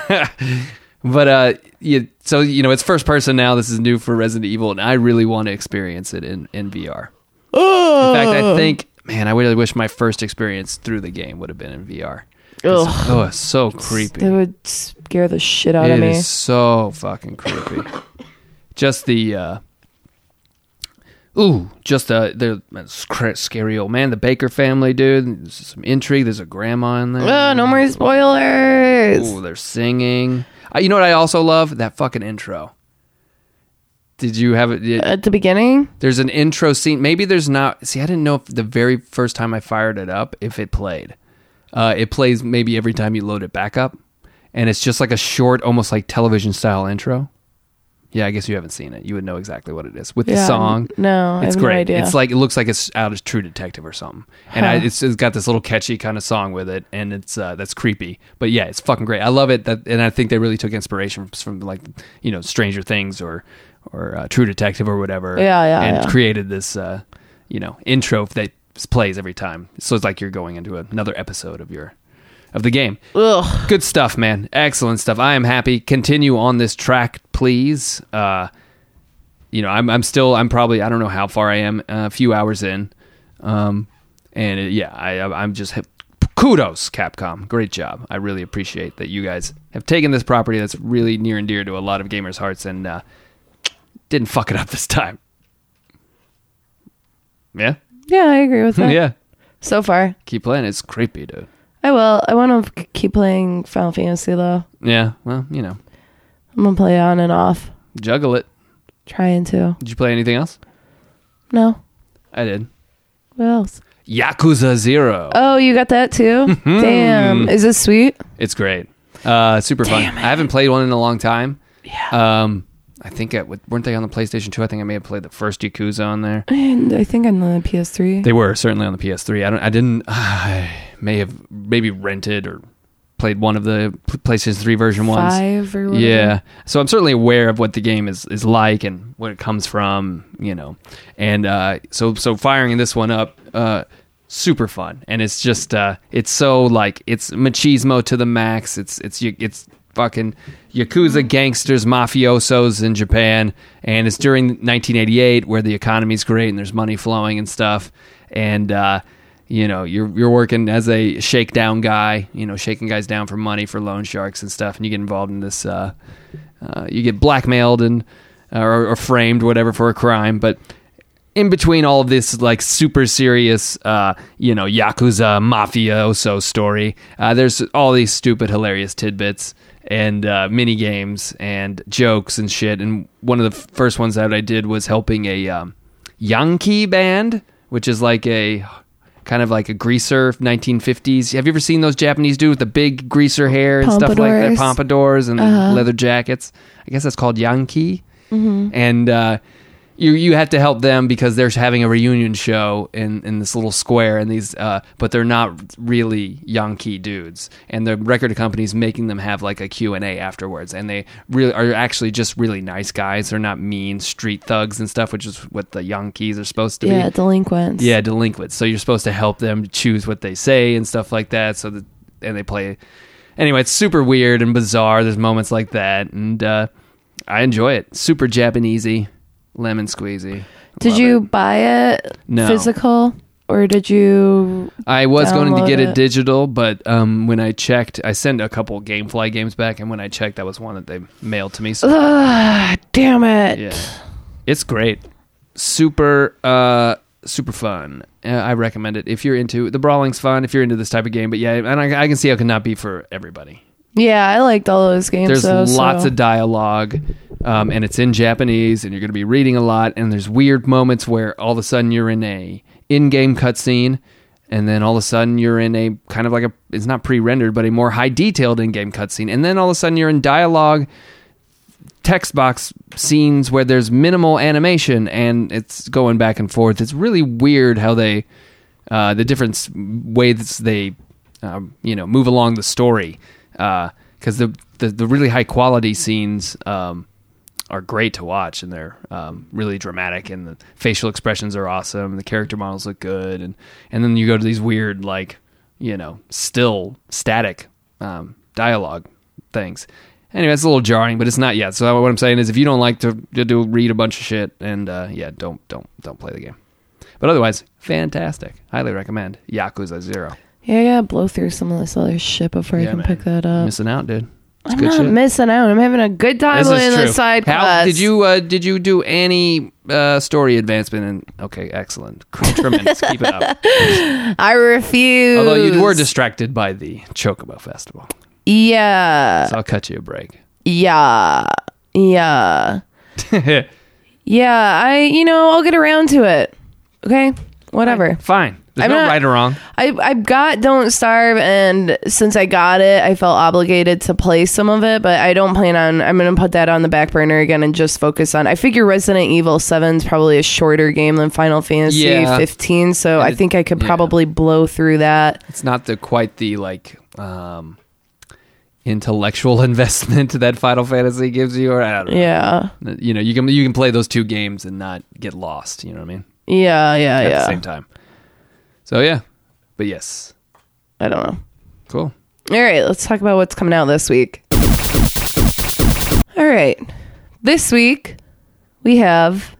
Speaker 2: but uh, you, so you know, it's first person now. This is new for Resident Evil, and I really want to experience it in in VR. In fact, I think, man, I really wish my first experience through the game would have been in VR. It's-
Speaker 3: Ugh.
Speaker 2: Oh, it's so *laughs* creepy.
Speaker 3: it would scare the shit out
Speaker 2: It
Speaker 3: of me.
Speaker 2: is so fucking creepy. just the uh ooh, just uh the that's cra- scary old man, the Baker family, dude. There's some intrigue. There's a grandma in there.
Speaker 3: Oh, no more spoilers.
Speaker 2: Ooh, they're singing. Uh, you know what I also love? That fucking intro. Did you have it? did-
Speaker 3: At the beginning,
Speaker 2: There's an intro scene. Maybe there's not. See, I didn't know if the very first time I fired it up if it played. Uh, it plays maybe every time you load it back up, and it's just like a short, almost like television style intro. Yeah, I guess you haven't seen it. You would know exactly what it is with the
Speaker 3: Yeah,
Speaker 2: song.
Speaker 3: n- no, I
Speaker 2: it's
Speaker 3: have no
Speaker 2: great.
Speaker 3: idea.
Speaker 2: It's like it looks like it's out of True Detective or something, and I,
Speaker 3: Huh.
Speaker 2: it's, it's got this little catchy kind of song with it, and it's uh, that's creepy. But yeah, it's fucking great. I love it. That, and I think they really took inspiration from like you know Stranger Things or or uh, True Detective or whatever
Speaker 3: Yeah, yeah,
Speaker 2: and
Speaker 3: yeah.
Speaker 2: created this, uh, you know, intro that plays every time. So it's like you're going into another episode of your of the game.
Speaker 3: ugh.
Speaker 2: Good stuff, man. Excellent stuff. I am happy. Continue on this track, please. Uh, you know, I'm I'm still I'm probably I don't know how far I am. uh, a few hours in, um, and it- yeah, I I- I'm just kudos Capcom. Great job. I really appreciate that you guys have taken this property that's really near and dear to a lot of gamers' hearts and uh, didn't fuck it up this time. Yeah,
Speaker 3: Yeah, I agree with that.
Speaker 2: yeah.
Speaker 3: So far,
Speaker 2: Keep playing. It's creepy, dude.
Speaker 3: I will. I want to keep playing Final Fantasy though.
Speaker 2: Yeah. Well, you know,
Speaker 3: I'm gonna play on and off,
Speaker 2: juggle it.
Speaker 3: trying to.
Speaker 2: Did you play anything else?
Speaker 3: No,
Speaker 2: I did.
Speaker 3: what else?
Speaker 2: Yakuza Zero.
Speaker 3: Oh, you got that
Speaker 2: *laughs*
Speaker 3: too.
Speaker 2: Mm-hmm.
Speaker 3: Damn, is this sweet?
Speaker 2: It's great. Uh, super fun. I haven't played one in a long time. Yeah. Um, I think it would, weren't they on the PlayStation 2? I think I may have played the first Yakuza on there.
Speaker 3: And I think on the PS3.
Speaker 2: They were certainly on the PS3. I don't. I didn't. *sighs* I may have maybe rented or played one of the P- PlayStation 3 version ones.
Speaker 3: Five or whatever.
Speaker 2: Yeah. So I'm certainly aware of what the game is, is like and where it comes from, you know. And uh, so so firing this one up, uh, super fun. And it's just uh, it's so like it's machismo to the max. It's it's y- it's fucking yakuza gangsters, mafiosos in Japan, and it's during 1988 where the economy's great and there's money flowing and stuff. And uh, you know you're you're working as a shakedown guy you know shaking guys down for money for loan sharks and stuff and you get involved in this uh, uh, you get blackmailed and uh, or, or framed whatever for a crime but in between all of this like super serious uh, you know yakuza mafioso story uh, there's all these stupid hilarious tidbits and uh, mini games and jokes and shit and one of the f- first ones that i did was helping a um, yankee band which is like a kind of like a greaser 1950s. Have you ever seen those Japanese dudes with the big greaser hair and stuff like that,
Speaker 3: Pompadours. Uh-huh.
Speaker 2: pompadours and leather jackets? I guess that's called yanki.
Speaker 3: Mm-hmm.
Speaker 2: And uh, you you had to help them because they're having a reunion show in, in this little square and these, uh, but they're not really yanki dudes. And the record company's making them have like a Q and A afterwards, and they really are actually just really nice guys. They're not mean street thugs and stuff, which is what the yankees are supposed to be.
Speaker 3: Yeah, delinquents.
Speaker 2: Yeah, delinquents. So you're supposed to help them choose what they say and stuff like that. So that and they play. Anyway, it's super weird and bizarre. There's moments like that, and uh, I enjoy it. Super Japanesey, Lemon squeezy.
Speaker 3: Did
Speaker 2: Love
Speaker 3: you
Speaker 2: it.
Speaker 3: buy it
Speaker 2: No.
Speaker 3: physical or did you?
Speaker 2: I was going to
Speaker 3: download
Speaker 2: get it,
Speaker 3: it?
Speaker 2: digital, but um, when I checked, I sent a couple GameFly games back, and when I checked, that was one that they mailed to me. So
Speaker 3: Ugh, damn it!
Speaker 2: yeah, *sighs* it's great, super, uh, super fun. Uh, I recommend it if you're into the brawling's fun. If you're into this type of game, but yeah, and I, I can see how it could not be for everybody.
Speaker 3: Yeah, I liked all those games.
Speaker 2: There's
Speaker 3: though,
Speaker 2: lots
Speaker 3: so-
Speaker 2: of dialogue, um, and it's in Japanese, and you're going to be reading a lot. And there's weird moments where all of a sudden you're in a in-game cutscene, and then all of a sudden you're in a kind of like a it's not pre-rendered, but a more high-detailed in-game cutscene, and then all of a sudden you're in dialogue text box scenes where there's minimal animation and it's going back and forth. It's really weird how they, uh, the different s- ways they, um, you know, move along the story. Because the, the the really high quality scenes um, are great to watch and they're um, really dramatic and the facial expressions are awesome. The character models look good and and then you go to these weird like you know still static um, dialogue things. Anyway, it's a little jarring, but it's not yet. So what I'm saying is, if you don't like to, to do read a bunch of shit, and uh, yeah, don't don't don't play the game. But otherwise, fantastic. Highly recommend Yakuza Zero.
Speaker 3: Yeah, I gotta blow through some of this other shit before I
Speaker 2: Yeah,
Speaker 3: can
Speaker 2: man.
Speaker 3: pick that up.
Speaker 2: Missing out, dude. It's
Speaker 3: Uh, I'm
Speaker 2: good
Speaker 3: not
Speaker 2: shit.
Speaker 3: missing out. I'm having a good time
Speaker 2: This is
Speaker 3: playing
Speaker 2: true.
Speaker 3: this side
Speaker 2: How
Speaker 3: quest.
Speaker 2: did you uh, did you do any uh, story advancement? And okay, excellent, tremendous. Keep it up.
Speaker 3: I refuse.
Speaker 2: Although you were distracted by the Chocobo Festival,
Speaker 3: Yeah.
Speaker 2: so I'll cut you a break. *laughs*
Speaker 3: Yeah. Yeah. Yeah. I, you know, I'll get around to it. Okay. Whatever.
Speaker 2: Fine. There's
Speaker 3: I'm
Speaker 2: no
Speaker 3: not-
Speaker 2: right or wrong.
Speaker 3: I, I got Don't Starve, and since I got it, I felt obligated to play some of it, but I don't plan on. I'm going to put that on the back burner again and just focus on. I figure Resident Evil 7 is probably a shorter game than Final Fantasy
Speaker 2: Yeah.
Speaker 3: 15, so I
Speaker 2: it-
Speaker 3: think I could
Speaker 2: yeah.
Speaker 3: probably blow through that.
Speaker 2: it's not the quite the like um intellectual *laughs* investment that Final Fantasy gives you or I don't know.
Speaker 3: Yeah.
Speaker 2: You know, you can you can play those two games and not get lost, you know what I mean?
Speaker 3: Yeah. Yeah.
Speaker 2: At
Speaker 3: yeah.
Speaker 2: the same time. So yeah. But yes.
Speaker 3: I don't know.
Speaker 2: Cool.
Speaker 3: All right, let's talk about what's coming out this week. All right. This week we have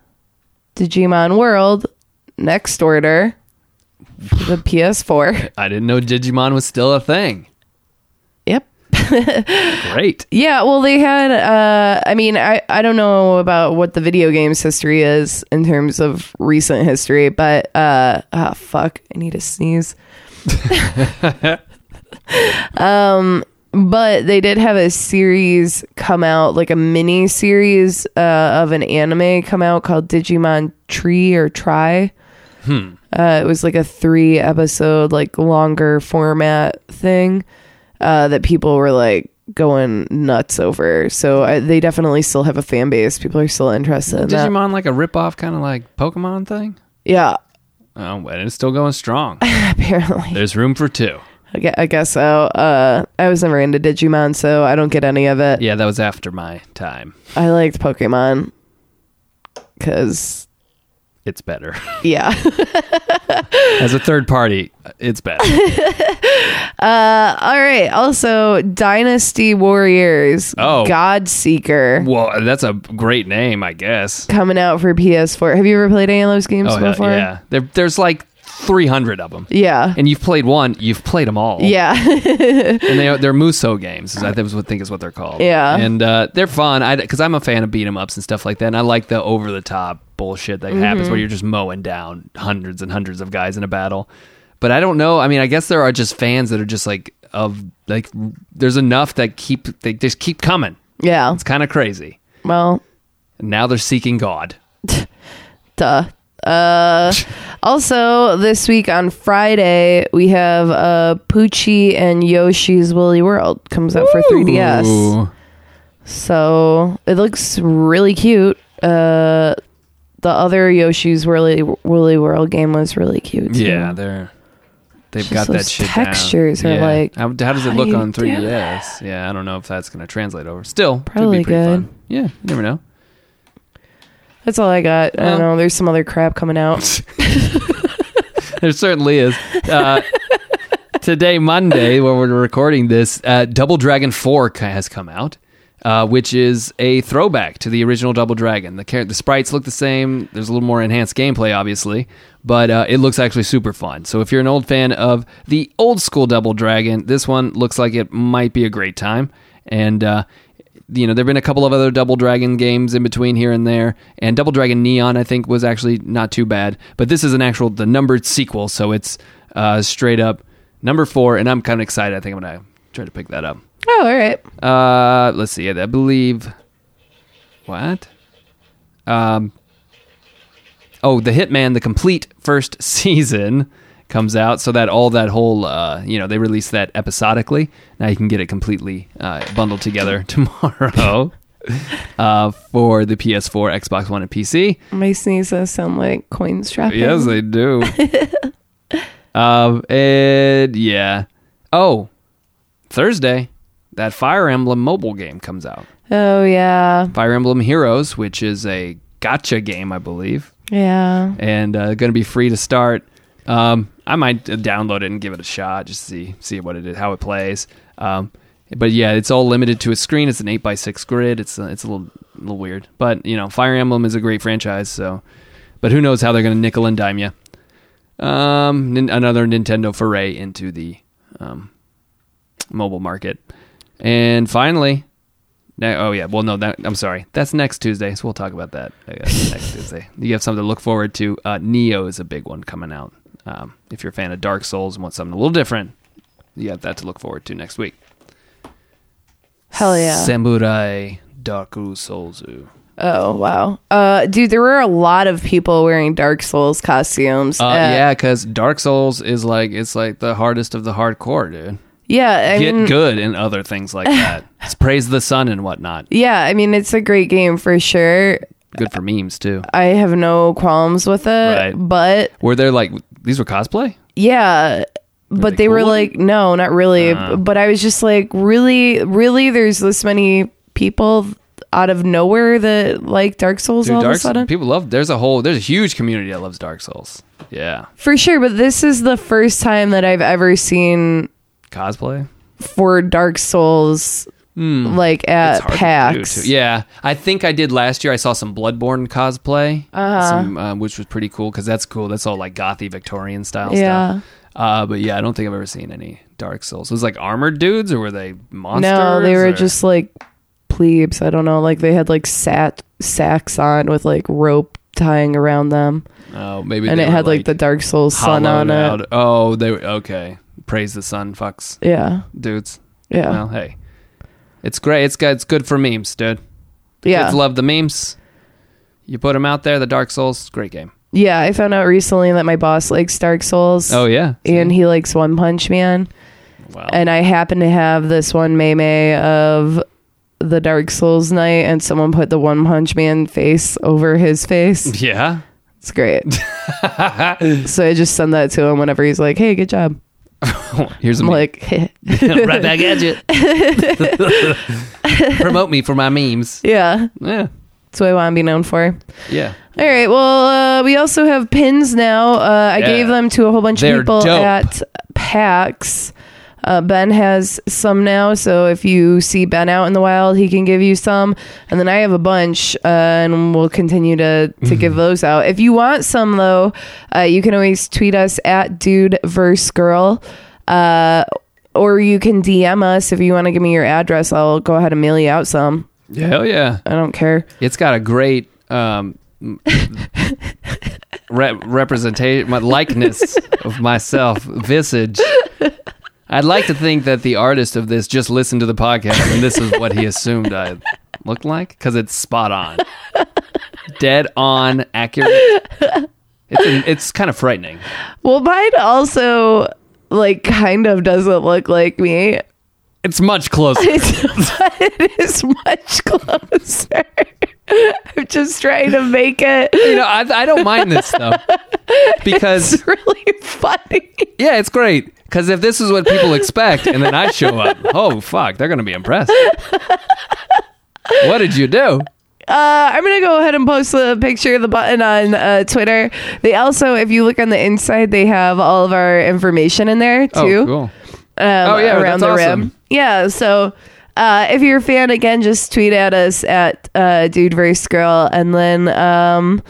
Speaker 3: Digimon World Next Order for the PS4.
Speaker 2: I didn't know Digimon was still a thing.
Speaker 3: Yep.
Speaker 2: Great.
Speaker 3: Yeah, well they had uh I mean I I don't know about what the video games history is in terms of recent history, but uh ah fuck, I need to sneeze. but they did have a series come out like a mini series uh, of an anime come out called digimon tree or try uh, it was like a three episode like longer format thing uh, that people were like going nuts over so I, they definitely still have a fan base people are still interested in that
Speaker 2: Digimon like a ripoff kind of like Pokemon thing?
Speaker 3: yeah *laughs*
Speaker 2: Oh, and it's still going strong.
Speaker 3: apparently
Speaker 2: There's room for two.
Speaker 3: I gue- I guess so uh, i was never into digimon so i don't get any of it
Speaker 2: Yeah, that was after my time.
Speaker 3: i liked pokemon because
Speaker 2: It's
Speaker 3: *laughs*
Speaker 2: better.
Speaker 3: yeah
Speaker 2: As a third party, it's better.
Speaker 3: *laughs* All right. Also, Dynasty Warriors.
Speaker 2: Oh.
Speaker 3: God Seeker
Speaker 2: Well, that's a great name, I guess.
Speaker 3: coming out for PS4. Have you ever played any of those games
Speaker 2: Oh hell
Speaker 3: before?
Speaker 2: yeah, there, there's like 300 of them,
Speaker 3: Yeah.
Speaker 2: and you've played one. You've played them all.
Speaker 3: *laughs* Yeah. *laughs*
Speaker 2: and they are, they're Muso games. is I think is what think is what they're called.
Speaker 3: Yeah.
Speaker 2: and uh, they're fun. I because I'm a fan of beat 'em ups and stuff like that, and I like the over the top bullshit that happens where you're just mowing down hundreds and hundreds of guys in a battle. But I don't know. I mean, I guess there are just fans that are just like of like. There's enough that keep they just keep coming.
Speaker 3: yeah.
Speaker 2: It's kind of crazy.
Speaker 3: Well,
Speaker 2: And now they're seeking God.
Speaker 3: duh.
Speaker 2: *laughs*
Speaker 3: Uh, also, this week on Friday, we have uh, Poochie and Yoshi's Woolly World comes out for 3DS.
Speaker 2: Ooh.
Speaker 3: So it looks really cute. Uh, the other Yoshi's Woolly, Woolly World game was really cute. too.
Speaker 2: Yeah, they're they've
Speaker 3: Just
Speaker 2: got that
Speaker 3: those
Speaker 2: shit.
Speaker 3: textures
Speaker 2: down.
Speaker 3: are
Speaker 2: Yeah.
Speaker 3: like,
Speaker 2: how, how does it
Speaker 3: how
Speaker 2: look
Speaker 3: do you
Speaker 2: on
Speaker 3: do
Speaker 2: 3ds? Yeah, I don't know if that's gonna translate over. Still, could be
Speaker 3: Probably
Speaker 2: pretty
Speaker 3: good.
Speaker 2: fun. Yeah, you never know.
Speaker 3: That's all I got. I
Speaker 2: Well-
Speaker 3: don't know. There's some other crap coming out.
Speaker 2: *laughs* There certainly is. Uh, today, Monday, when we're recording this, uh, Double Dragon Four ca- has come out. uh, which is a throwback to the original Double Dragon. The, char- the sprites look the same. There's a little more enhanced gameplay, obviously, but uh, it looks actually super fun. So if you're an old fan of the old school Double Dragon, this one looks like it might be a great time. And uh, you know, there've been a couple of other Double Dragon games in between here and there, and Double Dragon Neon I think was actually not too bad, but this is an actual the numbered sequel, so it's uh, straight up number four, and I'm kind of excited. I think I'm gonna try to pick that up.
Speaker 3: Oh, all right.
Speaker 2: Uh, let's see. I believe what? Um. Oh, the Hitman, the complete first *laughs* season comes out, so that all that whole uh, you know they release that episodically. Now you can get it completely uh, bundled together *laughs* tomorrow. Uh, for the PS4, Xbox One, and PC.
Speaker 3: My sneezes sound like coins dropping.
Speaker 2: Yes, they do. *laughs* um, and yeah. Oh, Thursday, that Fire Emblem mobile game comes out.
Speaker 3: Oh yeah,
Speaker 2: Fire Emblem Heroes, which is a gotcha game, I believe,
Speaker 3: yeah.
Speaker 2: and uh, going to be free to start. Um, I might uh, download it and give it a shot, just see see what it is, how it plays. Um, but yeah, it's all limited to a screen. It's an eight by six grid. It's uh, it's a little little weird, but you know, Fire Emblem is a great franchise. So, but who knows how they're going to nickel and dime you? Um, nin- another Nintendo foray into the um, mobile market, and finally, Ne- oh yeah. Well, no, that I'm sorry. That's next Tuesday, so we'll talk about that I guess,
Speaker 3: *laughs*
Speaker 2: next Tuesday. You have something to look forward to. Uh, Neo is a big one coming out. Um, if you're a fan of Dark Souls and want something a little different, you have that to look forward to next week.
Speaker 3: Hell yeah.
Speaker 2: Samurai Darku Soulzu.
Speaker 3: Oh wow, uh, dude, there were a lot of people wearing Dark Souls costumes.
Speaker 2: Uh, yeah, because Dark Souls is like it's like the hardest of the hardcore, dude.
Speaker 3: yeah. I
Speaker 2: Get
Speaker 3: mean,
Speaker 2: good and other things like
Speaker 3: *laughs*
Speaker 2: that. It's praise the sun and whatnot.
Speaker 3: yeah. I mean, it's a great game for sure.
Speaker 2: Good for memes too.
Speaker 3: I have no qualms with it,
Speaker 2: Right.
Speaker 3: but
Speaker 2: Were there like these were cosplay?
Speaker 3: yeah. But
Speaker 2: they Ah.
Speaker 3: they, were
Speaker 2: cool?
Speaker 3: like, no, not really. But I was just like, really, really, there's this many people out of nowhere that like Dark Souls
Speaker 2: Dude,
Speaker 3: all
Speaker 2: Dark
Speaker 3: of a sudden.
Speaker 2: people love. There's a whole. There's a huge community that loves Dark Souls. Yeah,
Speaker 3: For sure, but this is the first time that I've ever seen
Speaker 2: cosplay.
Speaker 3: for Dark Souls like
Speaker 2: Hmm.
Speaker 3: at
Speaker 2: hard to do,
Speaker 3: PAX.
Speaker 2: too. Yeah, I think I did last year. I saw some Bloodborne cosplay,
Speaker 3: Uh-huh.
Speaker 2: some, um, which was pretty cool because that's cool. That's all like gothy Victorian style
Speaker 3: Yeah.
Speaker 2: stuff. Uh, but yeah, I don't think I've ever seen any Dark Souls. Was it like armored dudes or were they monsters?
Speaker 3: No, they were
Speaker 2: or-
Speaker 3: just like plebes. I don't know. Like they had like sat sacks on with like rope tying around them,
Speaker 2: Oh, maybe
Speaker 3: and
Speaker 2: they
Speaker 3: it
Speaker 2: were,
Speaker 3: had like, the Dark Souls sun on
Speaker 2: hollowed
Speaker 3: it.
Speaker 2: out. Oh, they were okay. Praise the sun, fucks
Speaker 3: Yeah,
Speaker 2: dudes.
Speaker 3: yeah,
Speaker 2: Well, hey, it's great. It's good. It's good for memes, dude.
Speaker 3: yeah,
Speaker 2: Kids love the memes. You put them out there. The Dark Souls, great game.
Speaker 3: yeah. I found out recently that my boss likes Dark Souls.
Speaker 2: Oh, yeah, Oh.
Speaker 3: And he likes One Punch Man,
Speaker 2: wow.
Speaker 3: and I happen to have this one meme of the Dark Souls night, and someone put the One Punch Man face over his
Speaker 2: *laughs*
Speaker 3: face.
Speaker 2: yeah,
Speaker 3: It's great. so I just send that to him whenever he's like, "Hey, good job."
Speaker 2: here's a
Speaker 3: I'm
Speaker 2: meme.
Speaker 3: like,
Speaker 2: *laughs*
Speaker 3: *laughs*
Speaker 2: right back at you. *laughs* Promote me for my memes.
Speaker 3: yeah,
Speaker 2: Yeah,
Speaker 3: that's what I want to be known for.
Speaker 2: yeah.
Speaker 3: All right. Well, uh, we also have pins now. Uh, I
Speaker 2: Yeah.
Speaker 3: gave them to a whole bunch
Speaker 2: They're
Speaker 3: of people
Speaker 2: dope.
Speaker 3: at PAX. Uh, ben has some now, so if you see Ben out in the wild, he can give you some. And then I have a bunch, uh, and we'll continue to
Speaker 2: Mm-hmm.
Speaker 3: to give those out. If you want some though, uh, you can always tweet us at dude verse girl. Uh, or you can DM us if you want to give me your address. I'll go ahead and mail you out some.
Speaker 2: Hell yeah!
Speaker 3: I don't care.
Speaker 2: It's got a great um, re- representation, my likeness of myself, visage. I'd like to think that the artist of this just listened to the podcast and this is what he assumed I looked like because it's spot on, dead on, accurate. It's, it's kind of frightening.
Speaker 3: Well, mine also like kind of doesn't look like me. *laughs*
Speaker 2: It's much closer.
Speaker 3: It's, but it is much closer. I'm just trying to make it
Speaker 2: *laughs*
Speaker 3: *laughs*
Speaker 2: You know, I, I don't mind this though because
Speaker 3: really funny.
Speaker 2: Yeah, it's great. Because if this is what people expect, and then I show
Speaker 3: *laughs*
Speaker 2: up, oh fuck, they're gonna be impressed. what did you do?
Speaker 3: Uh, I'm gonna go ahead and post the picture of the button on uh, Twitter. They also, if you look on the inside, they have all of our information in there too.
Speaker 2: Oh, cool.
Speaker 3: um,
Speaker 2: Oh, yeah,
Speaker 3: around
Speaker 2: that's
Speaker 3: the
Speaker 2: awesome.
Speaker 3: rim. Yeah, so uh, Uh, if you're a fan, again, just tweet at us at uh, Dude Verse Girl, and then um,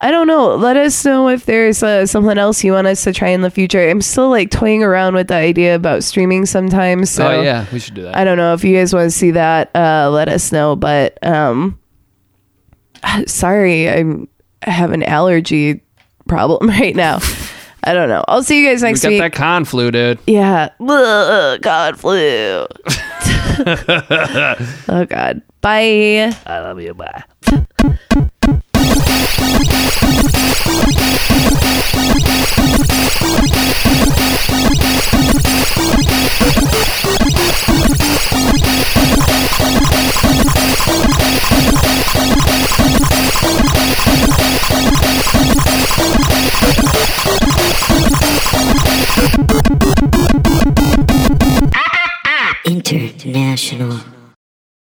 Speaker 3: I don't know. Let us know if there's uh, something else you want us to try in the future. I'm still like toying around with the idea about streaming sometimes. So
Speaker 2: oh yeah, we should do that.
Speaker 3: I don't know if you guys want to see that. Uh, let us know. But um, *sighs* sorry, I'm, I have an allergy problem *laughs* right now. I don't know. I'll see you guys
Speaker 2: we
Speaker 3: next
Speaker 2: got
Speaker 3: week.
Speaker 2: that con flu, dude.
Speaker 3: Yeah. Ugh, God flu. oh God. Bye. I love you. Bye.
Speaker 1: International.